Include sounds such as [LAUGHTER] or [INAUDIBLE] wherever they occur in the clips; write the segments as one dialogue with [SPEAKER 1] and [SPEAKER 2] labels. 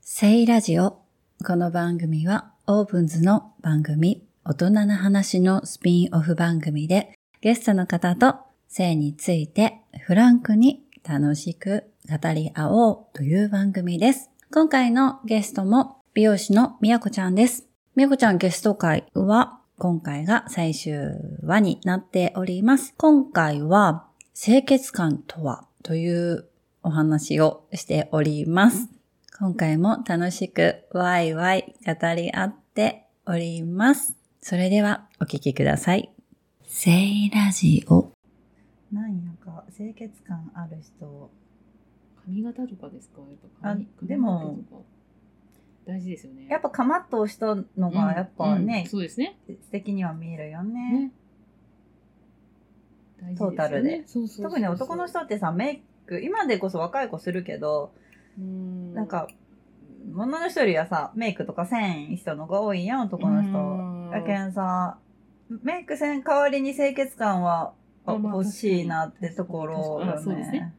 [SPEAKER 1] セイラジオ。この番組はオーブンズの番組、大人な話のスピンオフ番組で、ゲストの方と性についてフランクに楽しく語り合おうという番組です。今回のゲストも美容師のみやこちゃんです。みやこちゃんゲスト会は今回が最終話になっております。今回は清潔感とはというお話をしております。今回も楽しくワイワイ語り合っております。それではお聞きください。セイラジオ。
[SPEAKER 2] ないなんか清潔感ある人
[SPEAKER 3] 髪型とかですかやっぱ髪
[SPEAKER 2] あ
[SPEAKER 3] 髪
[SPEAKER 2] でも
[SPEAKER 3] 型とか大事ですよね
[SPEAKER 2] やっぱカマッと押したのがやっぱ
[SPEAKER 3] うんうん
[SPEAKER 2] ね、
[SPEAKER 3] そうですね
[SPEAKER 2] 素敵には見えるよね
[SPEAKER 3] ね大事ですよ
[SPEAKER 2] トー
[SPEAKER 3] ね
[SPEAKER 2] タルで
[SPEAKER 3] そうそうそうそう
[SPEAKER 2] 特に男の人ってさメイク今でこそ若い子するけど、
[SPEAKER 3] うん
[SPEAKER 2] なんか女の人よりはさメイクとかせん人のが多いやん男の人
[SPEAKER 3] うん
[SPEAKER 2] だけんさメイクせん代わりに清潔感はあ
[SPEAKER 3] あまあ
[SPEAKER 2] 欲しいなってところよ
[SPEAKER 3] 確かに確かにあそうです
[SPEAKER 2] ね
[SPEAKER 3] ね。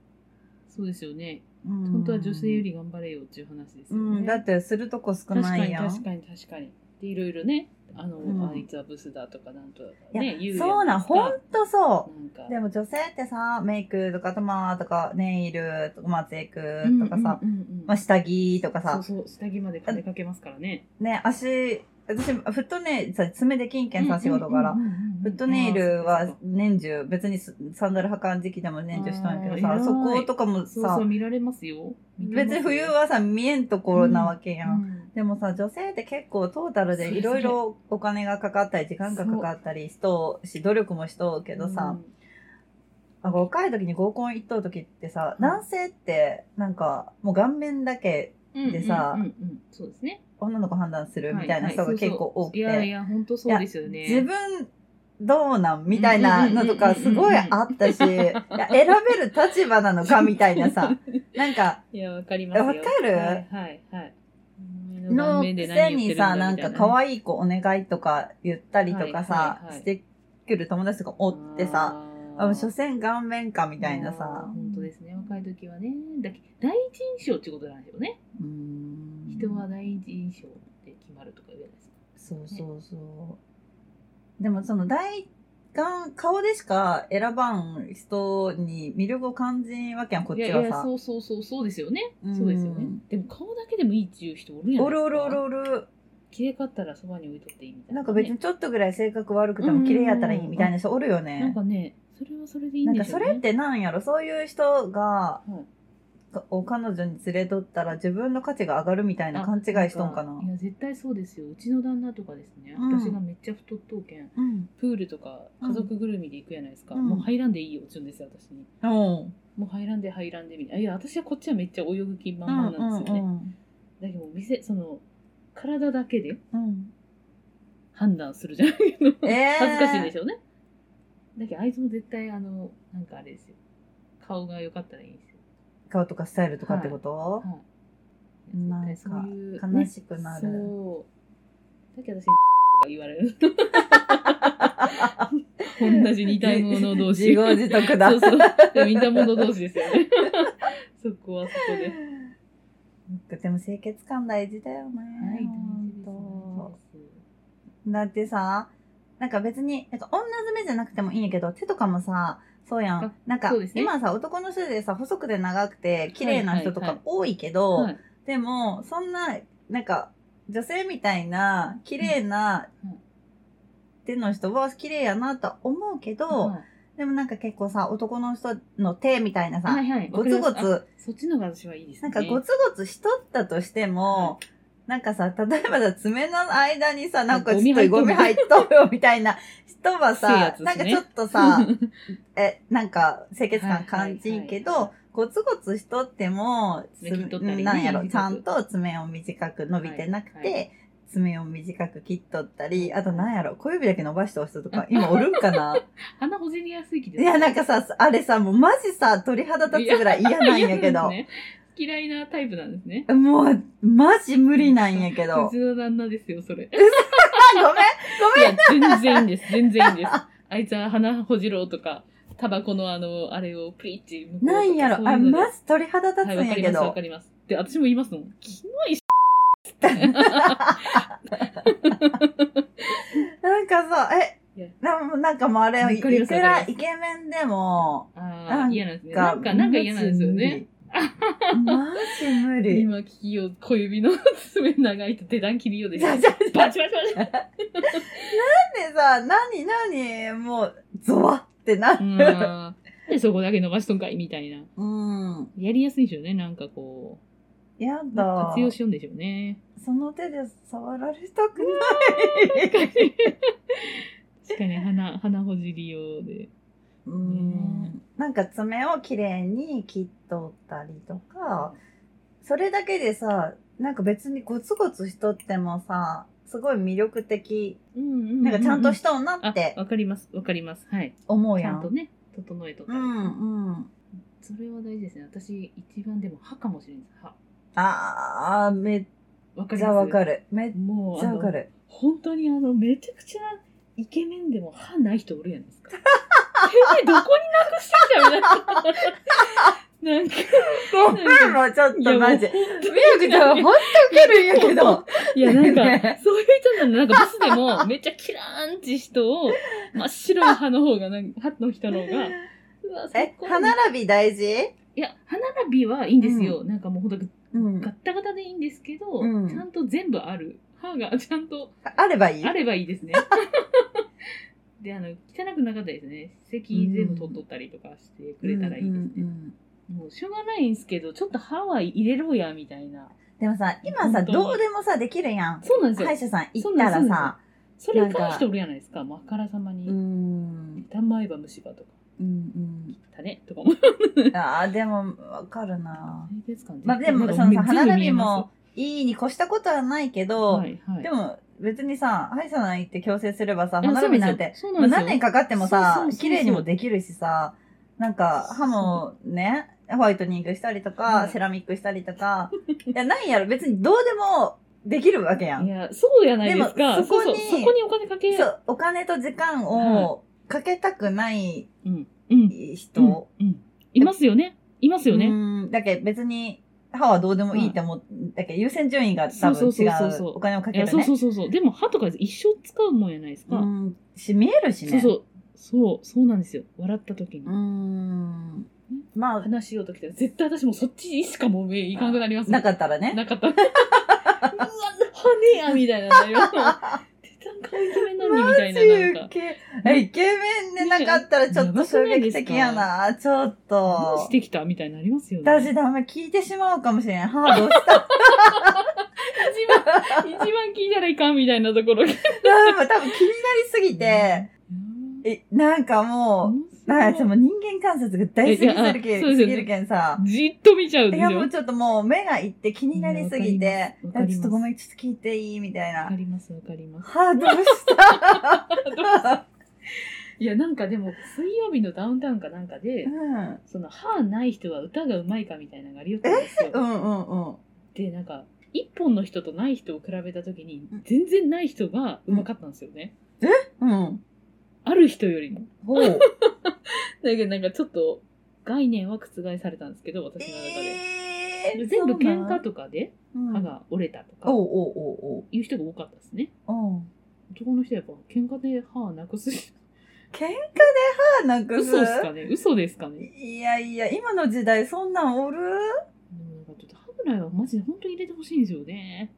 [SPEAKER 3] そうですよね
[SPEAKER 2] うん
[SPEAKER 3] 本当は女性より頑張れよっていう話です
[SPEAKER 2] う
[SPEAKER 3] よね、
[SPEAKER 2] ん、だってするとこ少
[SPEAKER 3] 確か
[SPEAKER 2] ない
[SPEAKER 3] に
[SPEAKER 2] やん。
[SPEAKER 3] 確かに確かにでいろいろねあの、
[SPEAKER 2] うん
[SPEAKER 3] あいつはブスだとかなんとか
[SPEAKER 2] い
[SPEAKER 3] ね言うや
[SPEAKER 2] そうなん、
[SPEAKER 3] ですか
[SPEAKER 2] ほんとそう。
[SPEAKER 3] なんか
[SPEAKER 2] でも女性ってさメイクとか頭とかネイルとかまつエクとかさ、
[SPEAKER 3] うんうんうんうん
[SPEAKER 2] まあ、下着とかさ
[SPEAKER 3] そうそう下着まで金かけますからね
[SPEAKER 2] ね足私フットネイルさ爪で金券さ仕事から、
[SPEAKER 3] うんうんうんうんうん
[SPEAKER 2] フットネイル
[SPEAKER 3] あー
[SPEAKER 2] は
[SPEAKER 3] そっかそっか
[SPEAKER 2] 年中別にサンダル履かん時期でも年中したんやけど
[SPEAKER 3] あ
[SPEAKER 2] さ
[SPEAKER 3] ー
[SPEAKER 2] そことかもさ
[SPEAKER 3] そうそう見られますよ見てます
[SPEAKER 2] 別に冬
[SPEAKER 3] よ
[SPEAKER 2] はさ見えんところなわけやん。
[SPEAKER 3] うん
[SPEAKER 2] でもさ女性って結構トータルで
[SPEAKER 3] それ
[SPEAKER 2] い
[SPEAKER 3] そ
[SPEAKER 2] ろ
[SPEAKER 3] れ
[SPEAKER 2] いろお金がかかったり時間がかかったりしとうし努力もしとうけどさ、なんか若い時に合コン行っとう時ってさ、
[SPEAKER 3] うん
[SPEAKER 2] 男性ってなんかもう顔面だけ
[SPEAKER 3] うん
[SPEAKER 2] でさ
[SPEAKER 3] うんうんうんそうですね
[SPEAKER 2] 女の子判断するみたいな人
[SPEAKER 3] は
[SPEAKER 2] が
[SPEAKER 3] いはい
[SPEAKER 2] 結構多くて、
[SPEAKER 3] そうそういやいや本当そうですよね
[SPEAKER 2] 自分どうなんみたいなのとかすごいあった
[SPEAKER 3] [LAUGHS]
[SPEAKER 2] し、いや選べる立場なのかみたいなさ、なんか、
[SPEAKER 3] [LAUGHS] いやわかりますよ
[SPEAKER 2] わかる
[SPEAKER 3] はいはいはい
[SPEAKER 2] の
[SPEAKER 3] 面
[SPEAKER 2] く
[SPEAKER 3] で
[SPEAKER 2] せ
[SPEAKER 3] 何言
[SPEAKER 2] に
[SPEAKER 3] ってるだ
[SPEAKER 2] さ、なんか可愛い子お願いとか言ったりとかさ
[SPEAKER 3] はいはい、はい
[SPEAKER 2] してくる友達とかおってさ、
[SPEAKER 3] あー
[SPEAKER 2] あもう所詮顔面かみたいな
[SPEAKER 3] あー
[SPEAKER 2] さ。
[SPEAKER 3] 本当ですね若い時はねだけ第一印象ってことなんですよね
[SPEAKER 2] うーん
[SPEAKER 3] 人は第一印象で決まるとか言うじゃないですか
[SPEAKER 2] そうそうそう。でもその大顔顔でしか選ばん人に魅力を感じんわけやんこっ
[SPEAKER 3] い
[SPEAKER 2] ち
[SPEAKER 3] やい
[SPEAKER 2] は
[SPEAKER 3] や
[SPEAKER 2] さ。
[SPEAKER 3] そうそうそうそうですよね
[SPEAKER 2] うん
[SPEAKER 3] そうですよねでも顔だけでもいいっていう人おるやん
[SPEAKER 2] おるおるおるおる。
[SPEAKER 3] 綺麗かったらそばに置いとっていいみたいな、
[SPEAKER 2] なんか別にちょっとぐらい性格悪くても綺麗やったらいいみたいな人おるよ
[SPEAKER 3] なん
[SPEAKER 2] ね
[SPEAKER 3] か。ねそれはそれでいい
[SPEAKER 2] なんん
[SPEAKER 3] で
[SPEAKER 2] か
[SPEAKER 3] し
[SPEAKER 2] そ
[SPEAKER 3] ょうね
[SPEAKER 2] れってなんやろそういう人が
[SPEAKER 3] はい
[SPEAKER 2] を彼女に連れとったら自分の価値が上がるみたいな勘違いしとんかな。
[SPEAKER 3] いや絶対そうですようちの旦那とかですね、
[SPEAKER 2] うん
[SPEAKER 3] 私がめっちゃ太っとうけん
[SPEAKER 2] うん。
[SPEAKER 3] プールとか家族ぐるみで行くやないですか、
[SPEAKER 2] うん
[SPEAKER 3] もう入らんでいいよって言うんですよ私に
[SPEAKER 2] うん。
[SPEAKER 3] もう入らんで入らんでみたいないや私はこっちはめっちゃ泳ぐ気満
[SPEAKER 2] うん
[SPEAKER 3] 々なんですよね、
[SPEAKER 2] うん
[SPEAKER 3] だけどもう店その体だけで
[SPEAKER 2] うん。
[SPEAKER 3] 判断するじゃないけど、
[SPEAKER 2] えー
[SPEAKER 3] 恥ずかしいんでしょうねだけどあいつも絶対あのなんかあれですよ顔が良かったらいいんですよ
[SPEAKER 2] 顔とかスタイルとかってこと、
[SPEAKER 3] はい。
[SPEAKER 2] なんか
[SPEAKER 3] 絶対そういう
[SPEAKER 2] 悲しくなる
[SPEAKER 3] ねそう。だけど私、とか言われる。同じ似た者同士。
[SPEAKER 2] [LAUGHS] 自業自得だ
[SPEAKER 3] そうそう。似た者同士ですよね。 [LAUGHS] そこはそこで。はい、
[SPEAKER 2] でも清潔感大事だよね。
[SPEAKER 3] 大
[SPEAKER 2] ほん
[SPEAKER 3] 事
[SPEAKER 2] と
[SPEAKER 3] です。
[SPEAKER 2] だってさ、なんか別に、なんか女爪じゃなくてもいいんやけど、手とかもさ、そうやん
[SPEAKER 3] あ。
[SPEAKER 2] なんか、
[SPEAKER 3] そうですね
[SPEAKER 2] 今さ、男の人でさ、細くて長くて、綺麗な人と
[SPEAKER 3] はい
[SPEAKER 2] か
[SPEAKER 3] は
[SPEAKER 2] 多いけど、
[SPEAKER 3] はい
[SPEAKER 2] でも、そんな、なんか、女性みたいな、綺麗な
[SPEAKER 3] うんうん、
[SPEAKER 2] 手の人は綺麗やなとは思うけど、
[SPEAKER 3] は
[SPEAKER 2] でもなんか結構さ、男の人の手みたいなさ、
[SPEAKER 3] いはいはい。
[SPEAKER 2] ゴツゴ
[SPEAKER 3] わかります。
[SPEAKER 2] ツ、
[SPEAKER 3] あそっちの方が私はいいです
[SPEAKER 2] な
[SPEAKER 3] ね。
[SPEAKER 2] んかゴツゴツしとったとしても、なんかさ、例えばさ、爪の間にさ、なんかちょっとゴ
[SPEAKER 3] ゴ
[SPEAKER 2] ミ入
[SPEAKER 3] ミ入
[SPEAKER 2] っとるよみたいな人は
[SPEAKER 3] [LAUGHS] くせえ
[SPEAKER 2] さ
[SPEAKER 3] や、つで
[SPEAKER 2] なん
[SPEAKER 3] す
[SPEAKER 2] か
[SPEAKER 3] ね
[SPEAKER 2] ちょっとさ、え、なんか清潔感感じんけ
[SPEAKER 3] はいは
[SPEAKER 2] ど、ゴツゴツしとっても、
[SPEAKER 3] 爪切っとったりね
[SPEAKER 2] なんやろ、ち
[SPEAKER 3] 短
[SPEAKER 2] ゃ
[SPEAKER 3] く
[SPEAKER 2] んと爪を短く伸びてなく
[SPEAKER 3] はいは
[SPEAKER 2] て、爪を短く切っとったり、あとなんやろ、小指だけ伸ばしてお人とか、今おるんかな
[SPEAKER 3] [LAUGHS] 鼻ほじりやすい気で
[SPEAKER 2] いや、なんかさ、あれさ、もうマジさ、鳥肌立つぐらい嫌なんやけど
[SPEAKER 3] 嫌な。んですね嫌いなタイプなんですね。
[SPEAKER 2] もう、マジ無理なんやけ
[SPEAKER 3] [LAUGHS] う
[SPEAKER 2] ど
[SPEAKER 3] ち。の旦那ですよ、それ。
[SPEAKER 2] ごめん
[SPEAKER 3] いや、全然いいんです。全然いいん
[SPEAKER 2] [LAUGHS]
[SPEAKER 3] です。あいつは鼻ほじろうとか、タバコのあの、あれをプリッチ向こうと
[SPEAKER 2] な
[SPEAKER 3] か。
[SPEAKER 2] んやろ、あ、
[SPEAKER 3] そういうので
[SPEAKER 2] マジ鳥肌立つ
[SPEAKER 3] はい、わ
[SPEAKER 2] ん
[SPEAKER 3] か
[SPEAKER 2] や
[SPEAKER 3] り
[SPEAKER 2] け
[SPEAKER 3] ます、わ
[SPEAKER 2] ど
[SPEAKER 3] か。ります。で、私も言いますもん。キモい
[SPEAKER 2] って。なんかさ、え
[SPEAKER 3] いや、
[SPEAKER 2] なんなんかもうあれ
[SPEAKER 3] わ、
[SPEAKER 2] い
[SPEAKER 3] かります
[SPEAKER 2] くら
[SPEAKER 3] わかります
[SPEAKER 2] イケメンでも、
[SPEAKER 3] ああ、嫌なんですね。なんか、なんか嫌なんですよね。。
[SPEAKER 2] マジ無理。
[SPEAKER 3] [LAUGHS] 今聞きよう、小指の爪長いと出段切りようです。
[SPEAKER 2] じゃ
[SPEAKER 3] バ
[SPEAKER 2] じ
[SPEAKER 3] チ
[SPEAKER 2] ゃじゃ
[SPEAKER 3] バチバチバチ。
[SPEAKER 2] なんでさ、何何もう、ゾワってな
[SPEAKER 3] う
[SPEAKER 2] る。
[SPEAKER 3] ん。で、そこだけ伸ばしとんかいみたいな。
[SPEAKER 2] うん。
[SPEAKER 3] やりやすいんでしょうね、なんかこ
[SPEAKER 2] や
[SPEAKER 3] う。
[SPEAKER 2] だ
[SPEAKER 3] 活。用しようんでしょ
[SPEAKER 2] [LAUGHS]
[SPEAKER 3] うね。
[SPEAKER 2] その手で触られたくな
[SPEAKER 3] 確
[SPEAKER 2] い。
[SPEAKER 3] かに。確かに、鼻、鼻ほじり用で。
[SPEAKER 2] うん。なんか爪をきれいに切っとったりとか、それだけでさ、なんか別にゴツゴツしとってもさ、すごい魅力的。
[SPEAKER 3] うんううう
[SPEAKER 2] なんかちゃんとしとんな
[SPEAKER 3] あ
[SPEAKER 2] って、
[SPEAKER 3] わかります、わかります。はい。
[SPEAKER 2] 思う
[SPEAKER 3] ち
[SPEAKER 2] や
[SPEAKER 3] ゃん
[SPEAKER 2] ん。
[SPEAKER 3] とね、整えとった
[SPEAKER 2] う
[SPEAKER 3] り。
[SPEAKER 2] んうん。
[SPEAKER 3] それは大事ですね。私、一番でも歯かもしれないです。歯。
[SPEAKER 2] あー、めっ
[SPEAKER 3] わかり
[SPEAKER 2] ち
[SPEAKER 3] ま
[SPEAKER 2] ゃ
[SPEAKER 3] す
[SPEAKER 2] わかる。めっ
[SPEAKER 3] もう、
[SPEAKER 2] ちゃ
[SPEAKER 3] あ
[SPEAKER 2] わか
[SPEAKER 3] の、
[SPEAKER 2] る。
[SPEAKER 3] 本当にあの、めちゃくちゃイケメンでも歯ない人おるやないですか。てめえ、どこになくしてんだみた [LAUGHS] いな。なんか、
[SPEAKER 2] ごめんもうちょっ
[SPEAKER 3] いや
[SPEAKER 2] と
[SPEAKER 3] もう
[SPEAKER 2] マジ。
[SPEAKER 3] 本当に
[SPEAKER 2] みやくちゃん、ほんと来るんやけど。
[SPEAKER 3] いや、なんか
[SPEAKER 2] ね、
[SPEAKER 3] そういう人なの、なんかブスでも、めっちゃキラーンって人を、真っ白い歯の方が、なんか、歯の人の方が、うわ、
[SPEAKER 2] え
[SPEAKER 3] 最、高
[SPEAKER 2] 歯並び大事
[SPEAKER 3] いや、歯並びはいいんですよ。なんかもうほんと、
[SPEAKER 2] うん
[SPEAKER 3] ガッ。タガタでいいんですけど、
[SPEAKER 2] うん
[SPEAKER 3] ちゃんと全部ある。歯がちゃんと
[SPEAKER 2] あればいい
[SPEAKER 3] あればいいですね。 [LAUGHS] で、あの、汚くなかったですね。席全部取っとったりとかしてくれたらいい
[SPEAKER 2] う
[SPEAKER 3] ですね。
[SPEAKER 2] んうんうん
[SPEAKER 3] もうしょうがないんですけど、ちょっと歯は入れろや、みたいな。
[SPEAKER 2] でもさ、今さ、
[SPEAKER 3] 本当に
[SPEAKER 2] どうでもさ、できるやん。
[SPEAKER 3] そうなんですよ。
[SPEAKER 2] 歯医者さん行ったら
[SPEAKER 3] そうな
[SPEAKER 2] さ、
[SPEAKER 3] それに関しておるやないですか。まああからさま
[SPEAKER 2] うー
[SPEAKER 3] に。
[SPEAKER 2] ん、
[SPEAKER 3] たまえば虫歯とか、
[SPEAKER 2] うん、
[SPEAKER 3] 種とかも。
[SPEAKER 2] うん。ああ、でも、わかるな。
[SPEAKER 3] 清潔感
[SPEAKER 2] まあ、で
[SPEAKER 3] 全
[SPEAKER 2] も、
[SPEAKER 3] 然
[SPEAKER 2] その
[SPEAKER 3] [LAUGHS]
[SPEAKER 2] さ、
[SPEAKER 3] なんか
[SPEAKER 2] 歯並びも
[SPEAKER 3] 全部見えま
[SPEAKER 2] いいに越したことはないけ
[SPEAKER 3] す
[SPEAKER 2] ど、
[SPEAKER 3] はいはい。
[SPEAKER 2] でも、別にさ、歯医者さん行って矯正すればさ、
[SPEAKER 3] いや
[SPEAKER 2] 歯並びなんて、
[SPEAKER 3] そう
[SPEAKER 2] まあ、
[SPEAKER 3] なんですよ
[SPEAKER 2] 何年かかっても
[SPEAKER 3] そう
[SPEAKER 2] さ
[SPEAKER 3] そうそうそ、う
[SPEAKER 2] 綺麗にもできるしさ、なんか、歯もね、ホワイトニングしたりと
[SPEAKER 3] は
[SPEAKER 2] か、
[SPEAKER 3] い
[SPEAKER 2] セラミックしたりとか、いや、ないやろ、別にどうでもできるわけやん
[SPEAKER 3] い。や、そうやないです
[SPEAKER 2] で
[SPEAKER 3] か。
[SPEAKER 2] もそこに
[SPEAKER 3] そうそうそこにお金かけ
[SPEAKER 2] そう、お金と時間をかけたくない
[SPEAKER 3] うん。うん。
[SPEAKER 2] 人。
[SPEAKER 3] うん。いますよね。いますよね。
[SPEAKER 2] うんだけど別に、歯はどうでもいいって思っだけど優先順位が多分
[SPEAKER 3] そうそう
[SPEAKER 2] 違
[SPEAKER 3] そうそう
[SPEAKER 2] う
[SPEAKER 3] そう。
[SPEAKER 2] お金をか
[SPEAKER 3] い
[SPEAKER 2] け
[SPEAKER 3] や、
[SPEAKER 2] る
[SPEAKER 3] そう
[SPEAKER 2] ね
[SPEAKER 3] そ。うそうそう。でも歯とか一生使うもんやないですか。
[SPEAKER 2] うんし、見えるしね。
[SPEAKER 3] そうそう。そう、そうなんですよ。笑った時に。
[SPEAKER 2] うん。まあ、
[SPEAKER 3] 話しようときて、絶対私もうそっちしかもう目いかんくなりますもん
[SPEAKER 2] なかったらね。
[SPEAKER 3] なかった。うわ、歯ねえやみたいなのになりますもん。てたん顔イケメンなのにみたいな、なん
[SPEAKER 2] イ
[SPEAKER 3] か。
[SPEAKER 2] ケえイケメンでなかったらちょっと衝撃的やな。ちょっ
[SPEAKER 3] 何
[SPEAKER 2] と
[SPEAKER 3] し。てきたみたいになりますよね。
[SPEAKER 2] 私ダメ聞いてしまうかもしれん。歯どうした [LAUGHS]
[SPEAKER 3] 一番、一番聞いたらいかんみたいなと
[SPEAKER 2] [LAUGHS]
[SPEAKER 3] ころが。
[SPEAKER 2] 多分多分気になりすぎて、
[SPEAKER 3] うん
[SPEAKER 2] え、なんかもう、はい、でも人間観察が大好きすぎ
[SPEAKER 3] えいやあそう
[SPEAKER 2] る
[SPEAKER 3] です
[SPEAKER 2] す
[SPEAKER 3] よね
[SPEAKER 2] ぎるけんさ。
[SPEAKER 3] じっと見ちゃうん
[SPEAKER 2] い
[SPEAKER 3] です
[SPEAKER 2] や
[SPEAKER 3] よ。
[SPEAKER 2] もうちょっともう目がいって気になりすぎ
[SPEAKER 3] いや
[SPEAKER 2] て、
[SPEAKER 3] わかりま
[SPEAKER 2] ち
[SPEAKER 3] すわかります
[SPEAKER 2] ょっとごめん、ちょっと聞いていいみたい
[SPEAKER 3] わか
[SPEAKER 2] な。
[SPEAKER 3] ります、わかります。
[SPEAKER 2] はあ、どうした
[SPEAKER 3] [LAUGHS] いや、なんかでも、水曜日のダウンタウンかなんかで
[SPEAKER 2] う、ん。
[SPEAKER 3] その、歯ない人は歌がうまいかみたいなのがありよったんです
[SPEAKER 2] う
[SPEAKER 3] よ。
[SPEAKER 2] んうんうん。
[SPEAKER 3] で、なんか、一本の人とない人を比べたときに、全然ない人がうまかったんですよね。
[SPEAKER 2] うん。
[SPEAKER 3] ある人よりも。
[SPEAKER 2] ほ
[SPEAKER 3] [LAUGHS]
[SPEAKER 2] う。
[SPEAKER 3] だけど、なんかちょっと、概念は覆されたんですけど、私の中で。
[SPEAKER 2] えー、
[SPEAKER 3] 全部
[SPEAKER 2] そうな
[SPEAKER 3] 喧
[SPEAKER 2] ん
[SPEAKER 3] 嘩とかで歯
[SPEAKER 2] うん
[SPEAKER 3] が折れたとか、
[SPEAKER 2] おうおうおう
[SPEAKER 3] いう人が多かったですね。
[SPEAKER 2] おう。うん。
[SPEAKER 3] 男の人はやっぱ、喧嘩で歯なくすし、
[SPEAKER 2] 喧嘩で歯なくす
[SPEAKER 3] 嘘ですかね嘘ですかね
[SPEAKER 2] いやいや、今の時代そんなんおる
[SPEAKER 3] でもなんかちょっと歯ぐらいはマジで本当に入れてほしいんですよ
[SPEAKER 2] [LAUGHS]
[SPEAKER 3] ね。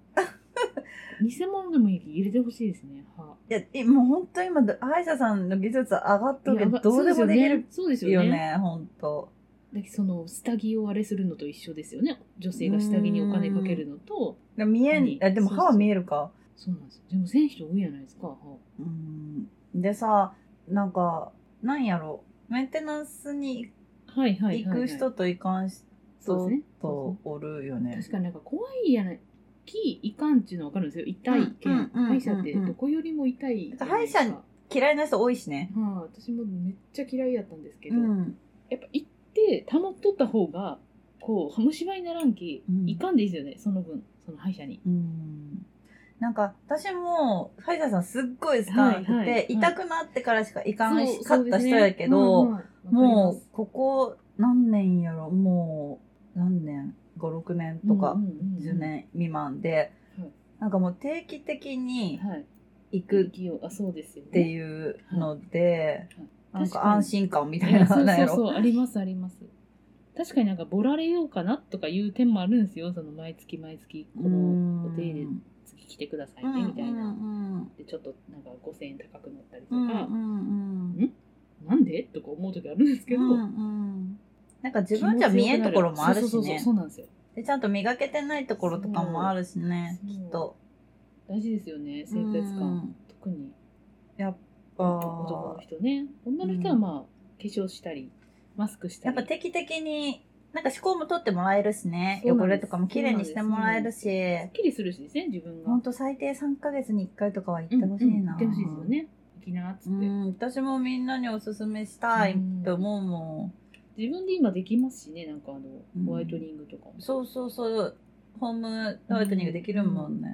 [SPEAKER 3] 偽物でもいいけど入れてほしいですね、歯。
[SPEAKER 2] いや、いもう本当今、歯医者さんの技術上がっとるけ
[SPEAKER 3] い
[SPEAKER 2] ど、
[SPEAKER 3] や
[SPEAKER 2] どうでもできる
[SPEAKER 3] そうです
[SPEAKER 2] よ
[SPEAKER 3] よね。
[SPEAKER 2] ね、本当。
[SPEAKER 3] だけどその下着をあれするのと一緒ですよね女性が下着にお金かけるのと
[SPEAKER 2] でも見えん
[SPEAKER 3] 何、
[SPEAKER 2] あでも
[SPEAKER 3] そう
[SPEAKER 2] 歯
[SPEAKER 3] そう
[SPEAKER 2] は見えるか。
[SPEAKER 3] そうなんですよでも選手人多いじゃないですか
[SPEAKER 2] うん。でさ、なんか、なんやろ、メンテナンスに
[SPEAKER 3] はいはいはい、
[SPEAKER 2] 行
[SPEAKER 3] はい、
[SPEAKER 2] く人と行かん人
[SPEAKER 3] そうですね
[SPEAKER 2] とおるよね。
[SPEAKER 3] 確かになんか怖いやないきいかんっていうのは分かるんですよ痛いけ
[SPEAKER 2] うん
[SPEAKER 3] ん
[SPEAKER 2] うんうんうん
[SPEAKER 3] 歯医者ってどこよりも痛いじゃないです
[SPEAKER 2] 歯医者
[SPEAKER 3] か
[SPEAKER 2] 嫌いな人多いしね。
[SPEAKER 3] はい、私もめっちゃ嫌いやったんですけ
[SPEAKER 2] う
[SPEAKER 3] ど、
[SPEAKER 2] ん。
[SPEAKER 3] やっぱ行って保っとった方がこう虫歯にならんき、
[SPEAKER 2] うん
[SPEAKER 3] いかんでいいですよねその分その歯医者に
[SPEAKER 2] うん。なんか、私も、歯医者さんすっごい好かなくて、
[SPEAKER 3] はいはいはい
[SPEAKER 2] 痛くなってからしか行かないし、
[SPEAKER 3] そ
[SPEAKER 2] か
[SPEAKER 3] う
[SPEAKER 2] った人やけど、
[SPEAKER 3] そうですねうんうんわ
[SPEAKER 2] も
[SPEAKER 3] かります
[SPEAKER 2] う、ここ何年やろ、もう、何年 ?5、6年とか
[SPEAKER 3] うんうんうんうん
[SPEAKER 2] 10年未満で、
[SPEAKER 3] はい
[SPEAKER 2] なんかもう定期的に
[SPEAKER 3] はい。
[SPEAKER 2] 行くっ
[SPEAKER 3] 空気を、あ、そうですよね。
[SPEAKER 2] ていうので、
[SPEAKER 3] はい
[SPEAKER 2] なんか安心感みたい
[SPEAKER 3] いや
[SPEAKER 2] な
[SPEAKER 3] [LAUGHS] そう
[SPEAKER 2] なん
[SPEAKER 3] そ
[SPEAKER 2] や
[SPEAKER 3] う
[SPEAKER 2] ろ
[SPEAKER 3] そう、ありますあります。確かになんか、ボラれようかなとかいう点もあるんですよ。その、毎月毎月、このお手入れ、次来てくださいね、みたいな。
[SPEAKER 2] な。
[SPEAKER 3] で、ちょっとなんか5000円高くなったりと
[SPEAKER 2] う
[SPEAKER 3] か、
[SPEAKER 2] んうんうん
[SPEAKER 3] なんでとか思う時あるんですけど、
[SPEAKER 2] うんうんなんか自分じゃ見えんところもある
[SPEAKER 3] そ
[SPEAKER 2] し
[SPEAKER 3] うそうそう
[SPEAKER 2] ね
[SPEAKER 3] そうなんですよ。
[SPEAKER 2] でちゃんと磨けてないところとかもあるしね
[SPEAKER 3] そう
[SPEAKER 2] きっと
[SPEAKER 3] 大事ですよね、清潔感。
[SPEAKER 2] うん
[SPEAKER 3] 特に
[SPEAKER 2] やっぱ
[SPEAKER 3] 男の人ね。女の人はまあ、化粧したり、マスクした
[SPEAKER 2] やっ
[SPEAKER 3] り。
[SPEAKER 2] ぱ定期的になんか思考も取ってもらえるしね
[SPEAKER 3] そうな
[SPEAKER 2] 汚
[SPEAKER 3] んです
[SPEAKER 2] れとかも綺麗にしてもらえるし
[SPEAKER 3] すっきりするしですね、自分が。
[SPEAKER 2] ほんと最低3ヶ月に1回とかは行ってほしいな、
[SPEAKER 3] うんうん行ってほしいですよね。行きなっつ
[SPEAKER 2] う
[SPEAKER 3] って。
[SPEAKER 2] ん私もみんなにおすすめしたいと思うも
[SPEAKER 3] 自分で今できますしね、なんかあの
[SPEAKER 2] うん、
[SPEAKER 3] ホワイトニングとかも。
[SPEAKER 2] んそうそうそうホームライトニングできるもんね、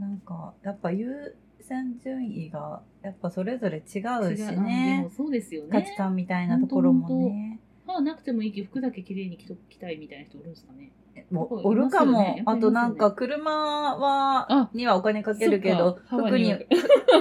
[SPEAKER 2] なんかやっぱ優先順位がやっぱそれぞれ違うし
[SPEAKER 3] 違うあで
[SPEAKER 2] ね
[SPEAKER 3] もそうですよね。
[SPEAKER 2] 価値観みたいなところもね
[SPEAKER 3] 歯なくてもいいけど、服だけ綺麗に着ときたいみたいな人おるんですかね。
[SPEAKER 2] も
[SPEAKER 3] そう
[SPEAKER 2] うおるかも、
[SPEAKER 3] いますよね
[SPEAKER 2] あとなん
[SPEAKER 3] や
[SPEAKER 2] か車は
[SPEAKER 3] あ
[SPEAKER 2] にはお金かけるけど
[SPEAKER 3] そっか
[SPEAKER 2] 服に
[SPEAKER 3] ハ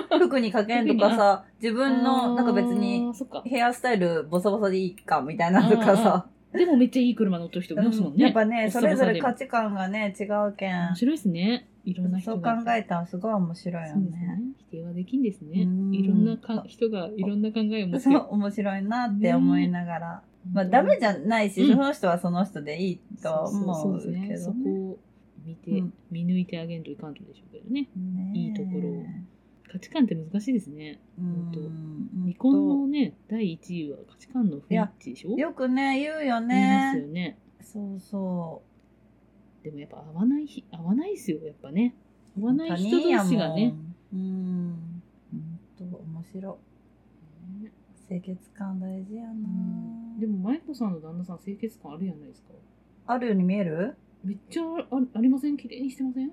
[SPEAKER 3] ワ
[SPEAKER 2] [LAUGHS]
[SPEAKER 3] イ
[SPEAKER 2] 服にかけんとかさ自分のなんか別に
[SPEAKER 3] あーそっか。
[SPEAKER 2] ヘアスタイルボサボサでいいかみたいなとかさ、
[SPEAKER 3] でもめっちゃいい車乗ってる人いますもん
[SPEAKER 2] うん [LAUGHS]
[SPEAKER 3] ね。
[SPEAKER 2] やっぱね
[SPEAKER 3] ボ
[SPEAKER 2] そ
[SPEAKER 3] サボサ
[SPEAKER 2] れ
[SPEAKER 3] で
[SPEAKER 2] ぞれ価値観がね違うけん
[SPEAKER 3] 面白いですね。いろんな人
[SPEAKER 2] そう考
[SPEAKER 3] が
[SPEAKER 2] えたらすごい面白いよ
[SPEAKER 3] そうです
[SPEAKER 2] ね
[SPEAKER 3] ね。否定はできんですね。
[SPEAKER 2] うん
[SPEAKER 3] いろんなか人がいろんな考えを持って
[SPEAKER 2] そう面白いなって思いながら、まあダメじゃないし、
[SPEAKER 3] うん
[SPEAKER 2] その人はその人でいいとは思うけどね
[SPEAKER 3] ね。そこを見て、
[SPEAKER 2] うん
[SPEAKER 3] 見抜いてあげんといかんとでしょうけどね。
[SPEAKER 2] ねえ
[SPEAKER 3] いいところを価値観って難しいですね。
[SPEAKER 2] うん
[SPEAKER 3] ほ
[SPEAKER 2] うん
[SPEAKER 3] 未婚のね、第1位は価値観の不一致でしょ
[SPEAKER 2] よくね言うよ
[SPEAKER 3] 言います
[SPEAKER 2] ね
[SPEAKER 3] よね。
[SPEAKER 2] そうそ
[SPEAKER 3] でもやっぱ合わない日、合わないですよ、やっぱね。合
[SPEAKER 2] う
[SPEAKER 3] わない人同士がね。
[SPEAKER 2] 他人やもんうんほんと面白
[SPEAKER 3] ね
[SPEAKER 2] い清潔感大事やな、
[SPEAKER 3] うんでも、舞子さんの旦那さん、清潔感あるじゃないですか。
[SPEAKER 2] あるように見える
[SPEAKER 3] めっちゃあありません綺麗にしてません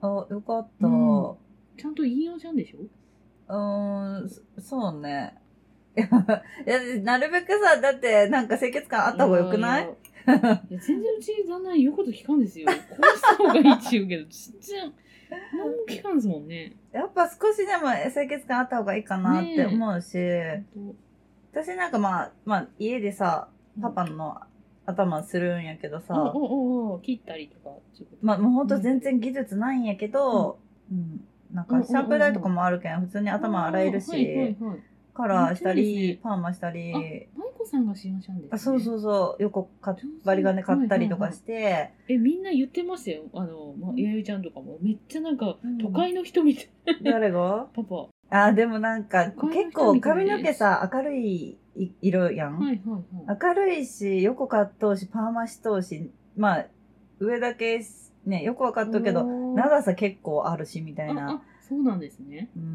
[SPEAKER 2] あよかった、
[SPEAKER 3] うんちゃんと引用ちゃんでしょ
[SPEAKER 2] うーん、そそうね。 [LAUGHS] いやいや、なるべくさ、だって、なんか清潔感あった方がよくない
[SPEAKER 3] ややいや全然うち旦那言うこと聞かんですよ。こうした方がいいって言うけど、全然、何も聞かんですもんね。
[SPEAKER 2] やっぱ少しでも清潔感あった方がいいかなっ
[SPEAKER 3] ね
[SPEAKER 2] て
[SPEAKER 3] え
[SPEAKER 2] 思うし、
[SPEAKER 3] 本
[SPEAKER 2] 私なんかまあ、まあ、家でさ、
[SPEAKER 3] 当
[SPEAKER 2] パパの頭するんやけど
[SPEAKER 3] お
[SPEAKER 2] さ、
[SPEAKER 3] おおお切ったりとかっていうこと
[SPEAKER 2] まあ、もうほんと全然技術ないんやけど、うん、なんかシャンプー台とかもあるけん、普通に頭洗える
[SPEAKER 3] あーはいはい
[SPEAKER 2] し、
[SPEAKER 3] はい。
[SPEAKER 2] カラーした
[SPEAKER 3] めっちゃいいです
[SPEAKER 2] り
[SPEAKER 3] ね、
[SPEAKER 2] パーマしたり、
[SPEAKER 3] 舞子さんが使用ちゃんです、ね。。
[SPEAKER 2] あそうそううそう、よくか針金買ったりとかして、
[SPEAKER 3] え、みんな言ってましたよ。あの、まあ、
[SPEAKER 2] うん
[SPEAKER 3] 弥生ちゃんとかも。めっちゃなんか
[SPEAKER 2] うん、
[SPEAKER 3] 都会の人みたい。
[SPEAKER 2] 誰が
[SPEAKER 3] パパ。は
[SPEAKER 2] あーでもなんか
[SPEAKER 3] 他の人
[SPEAKER 2] 結構
[SPEAKER 3] みたい
[SPEAKER 2] 髪
[SPEAKER 3] ね
[SPEAKER 2] の毛さ明るいい色やん、
[SPEAKER 3] いはいはい。
[SPEAKER 2] 明るいし横カットしパーマし通しまあ上だけねよくわかっとうけど
[SPEAKER 3] おー
[SPEAKER 2] 長さ結構あるしみたい
[SPEAKER 3] あ
[SPEAKER 2] な
[SPEAKER 3] あ、そうなんですね。
[SPEAKER 2] うーん
[SPEAKER 3] う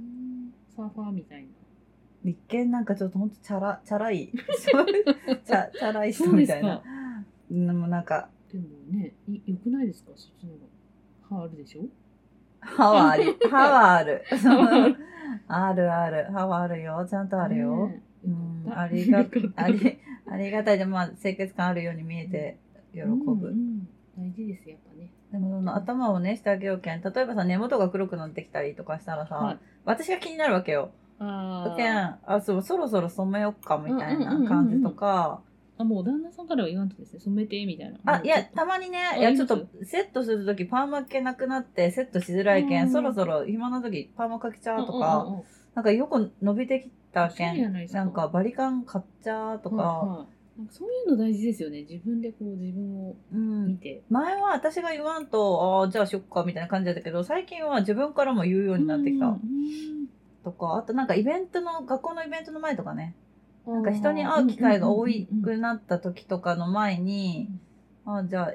[SPEAKER 3] んサーファーみたいな。
[SPEAKER 2] [LAUGHS] 一見なんかちょっとほんとチャラチャラいチャチャラい人
[SPEAKER 3] そうで
[SPEAKER 2] み
[SPEAKER 3] す
[SPEAKER 2] たいな
[SPEAKER 3] か。
[SPEAKER 2] でもなんか
[SPEAKER 3] でもね、い良くないですかそっちの方が。歯あるでしょ
[SPEAKER 2] 歯はある歯はあ
[SPEAKER 3] [LAUGHS]
[SPEAKER 2] る
[SPEAKER 3] 歯はあ
[SPEAKER 2] あるある歯はあるよちゃんとあるよ、
[SPEAKER 3] ねえ
[SPEAKER 2] うん
[SPEAKER 3] よ [LAUGHS] かった
[SPEAKER 2] ありがと
[SPEAKER 3] よかった
[SPEAKER 2] ありありがたいでまあ清潔感あるように見えて喜ぶ、
[SPEAKER 3] うんうん大事です、やっぱね。
[SPEAKER 2] でもその頭をねしてあげようけん例えばさ根元が黒くなってきたりとかしたらさ、
[SPEAKER 3] はい
[SPEAKER 2] 私が気になるわけよだ
[SPEAKER 3] あ
[SPEAKER 2] けん
[SPEAKER 3] ー
[SPEAKER 2] あそうそろそろ染めよっかみたい
[SPEAKER 3] うんうんうんうん
[SPEAKER 2] な
[SPEAKER 3] う
[SPEAKER 2] ん感じとか、
[SPEAKER 3] あ、もう旦那さんからは言わんとですね、染めて、みたいな。
[SPEAKER 2] あいやたまにね
[SPEAKER 3] あ
[SPEAKER 2] いや
[SPEAKER 3] いい
[SPEAKER 2] ちょ
[SPEAKER 3] で
[SPEAKER 2] っ
[SPEAKER 3] す
[SPEAKER 2] とセットする時パーマ系なくなってセットしづらいけん、
[SPEAKER 3] うん
[SPEAKER 2] そろそろ暇な時パーマかけちゃうとか、
[SPEAKER 3] うんうんうんうん
[SPEAKER 2] なんかよく伸びてきたけ
[SPEAKER 3] そうじゃ
[SPEAKER 2] ん
[SPEAKER 3] な
[SPEAKER 2] な
[SPEAKER 3] いですか
[SPEAKER 2] んかバリカン買っちゃうとか、
[SPEAKER 3] はいはいなんかそういうの大事ですよね。自分でこう、自分を
[SPEAKER 2] うん
[SPEAKER 3] 見て。
[SPEAKER 2] 前は私が言わんと、ああ、じゃあしよっか、みたいな感じだったけど、最近は自分からも言うようになってき
[SPEAKER 3] う
[SPEAKER 2] た
[SPEAKER 3] んうん
[SPEAKER 2] とか、あとなんかイベントの、学校のイベントの前とかね、
[SPEAKER 3] な
[SPEAKER 2] なんか人に会う機会が多
[SPEAKER 3] ら
[SPEAKER 2] くなった時とかの前に、ああ、じゃ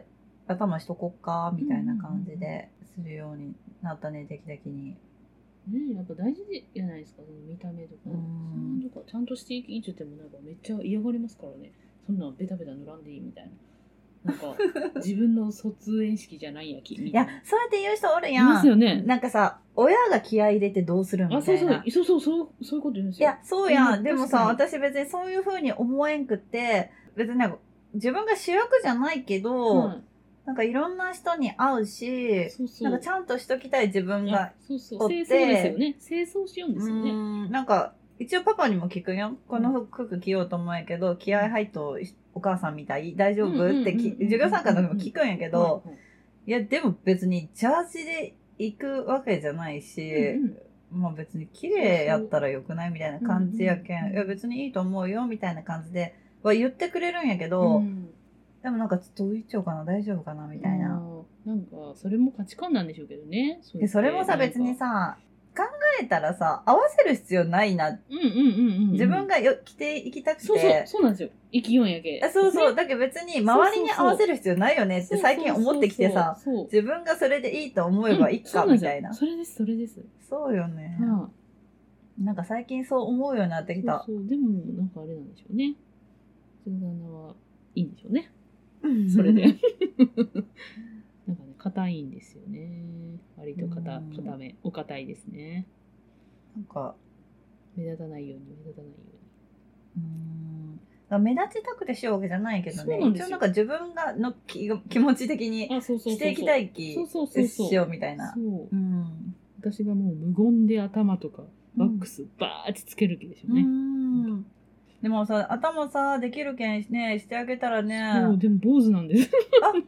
[SPEAKER 2] あ頭しとこっか、みたいな感じでするようになったね、定期的に。
[SPEAKER 3] ねやっぱ大事じゃないですか、その見た目とか。
[SPEAKER 2] う
[SPEAKER 3] そ
[SPEAKER 2] ん
[SPEAKER 3] んなとか、ちゃんとしていきって言っても、なんかめっちゃ嫌がりますからね。そんなんベタベタ塗らんでいいみたいな。なんか、
[SPEAKER 2] [LAUGHS]
[SPEAKER 3] 自分の卒園式じゃないやき、み
[SPEAKER 2] い
[SPEAKER 3] たい
[SPEAKER 2] や
[SPEAKER 3] な。、
[SPEAKER 2] そうやって言う人おる
[SPEAKER 3] い
[SPEAKER 2] や
[SPEAKER 3] ますよ
[SPEAKER 2] ん。
[SPEAKER 3] ね。
[SPEAKER 2] なんかさ、親が気合い入れてどうするみたい
[SPEAKER 3] あ、
[SPEAKER 2] な。
[SPEAKER 3] そうそう、そうそう、そうそういうこと言うんです
[SPEAKER 2] い
[SPEAKER 3] よ。
[SPEAKER 2] や、そうやん。
[SPEAKER 3] うん
[SPEAKER 2] でもさ、
[SPEAKER 3] 確か
[SPEAKER 2] 私別にそういう風に思えんくって、別になんか自分が主役じゃないけど、
[SPEAKER 3] はい
[SPEAKER 2] なんかいろんな人に会うし、
[SPEAKER 3] そうそう
[SPEAKER 2] なんかちゃんとしときたい自分
[SPEAKER 3] い
[SPEAKER 2] が
[SPEAKER 3] や、そうそ
[SPEAKER 2] おっ
[SPEAKER 3] う
[SPEAKER 2] て
[SPEAKER 3] 清掃ですよね清掃しようんで
[SPEAKER 2] う
[SPEAKER 3] すよね、
[SPEAKER 2] ん、なんか、一応パパにも聞くよ。この服着ようと思うんやけど、気合入っとお母さんみたい大丈
[SPEAKER 3] うんうんうんうん
[SPEAKER 2] 夫ってき、授業参加の時も聞くんやけど、
[SPEAKER 3] うんうん
[SPEAKER 2] いや、でも別にジャージで行くわけじゃないし、
[SPEAKER 3] うん
[SPEAKER 2] まあ別に綺麗やったらよくないみたいな感じやけ
[SPEAKER 3] うんうん
[SPEAKER 2] ん、
[SPEAKER 3] うん
[SPEAKER 2] いや別にいいと思うよみたいな感じでは言ってくれるんやけ
[SPEAKER 3] う
[SPEAKER 2] ど、
[SPEAKER 3] ん
[SPEAKER 2] でもなんかどういっちゃおうかな、大丈夫かなみたいな。
[SPEAKER 3] うんなんかそれも価値観なんでしょうけどねう
[SPEAKER 2] で、
[SPEAKER 3] やって
[SPEAKER 2] それもさ、別にさ、考えたらさ、合わせる必要ないな。
[SPEAKER 3] うんうんうんうんうん
[SPEAKER 2] 自分がよ着ていきたくて、
[SPEAKER 3] そうそうそうなんですよ生きようんやけ
[SPEAKER 2] あそうそう。
[SPEAKER 3] ね
[SPEAKER 2] だけど別に周りに合わせる必要ないよねって最近思ってきてさ、
[SPEAKER 3] そうそうそう
[SPEAKER 2] 自分がそれでいいと思えばいいか
[SPEAKER 3] うん
[SPEAKER 2] みたいな。
[SPEAKER 3] そうなんですよそれですそれです、
[SPEAKER 2] そうよね。
[SPEAKER 3] は
[SPEAKER 2] なんか最近そう思うようになって
[SPEAKER 3] い
[SPEAKER 2] きた。
[SPEAKER 3] そうそうでもなんかあれなんでしょうねうちの旦那はいいんでしょうねそ
[SPEAKER 2] [LAUGHS]
[SPEAKER 3] れで [LAUGHS] なんかね硬いんですよね割と硬
[SPEAKER 2] うん
[SPEAKER 3] 硬めお硬いですね
[SPEAKER 2] なんか、
[SPEAKER 3] 目立たないように目立たないように
[SPEAKER 2] うーん。だから目立ちたくてしようわけじゃないけどね。
[SPEAKER 3] そうなんです
[SPEAKER 2] 一
[SPEAKER 3] よ
[SPEAKER 2] 応なんか自分がの気気持ち的に
[SPEAKER 3] あそうそうそうそう
[SPEAKER 2] していきたい気
[SPEAKER 3] そうそうそうそう
[SPEAKER 2] しようみたいな。
[SPEAKER 3] そう
[SPEAKER 2] うん。
[SPEAKER 3] 私がもう無言で頭とか
[SPEAKER 2] うん
[SPEAKER 3] ワックスバーってつける気でしょ
[SPEAKER 2] う
[SPEAKER 3] うね、
[SPEAKER 2] ん。でもさ、頭さ、できるけんね、してあげたら
[SPEAKER 3] そう
[SPEAKER 2] ね。
[SPEAKER 3] でも坊主なんです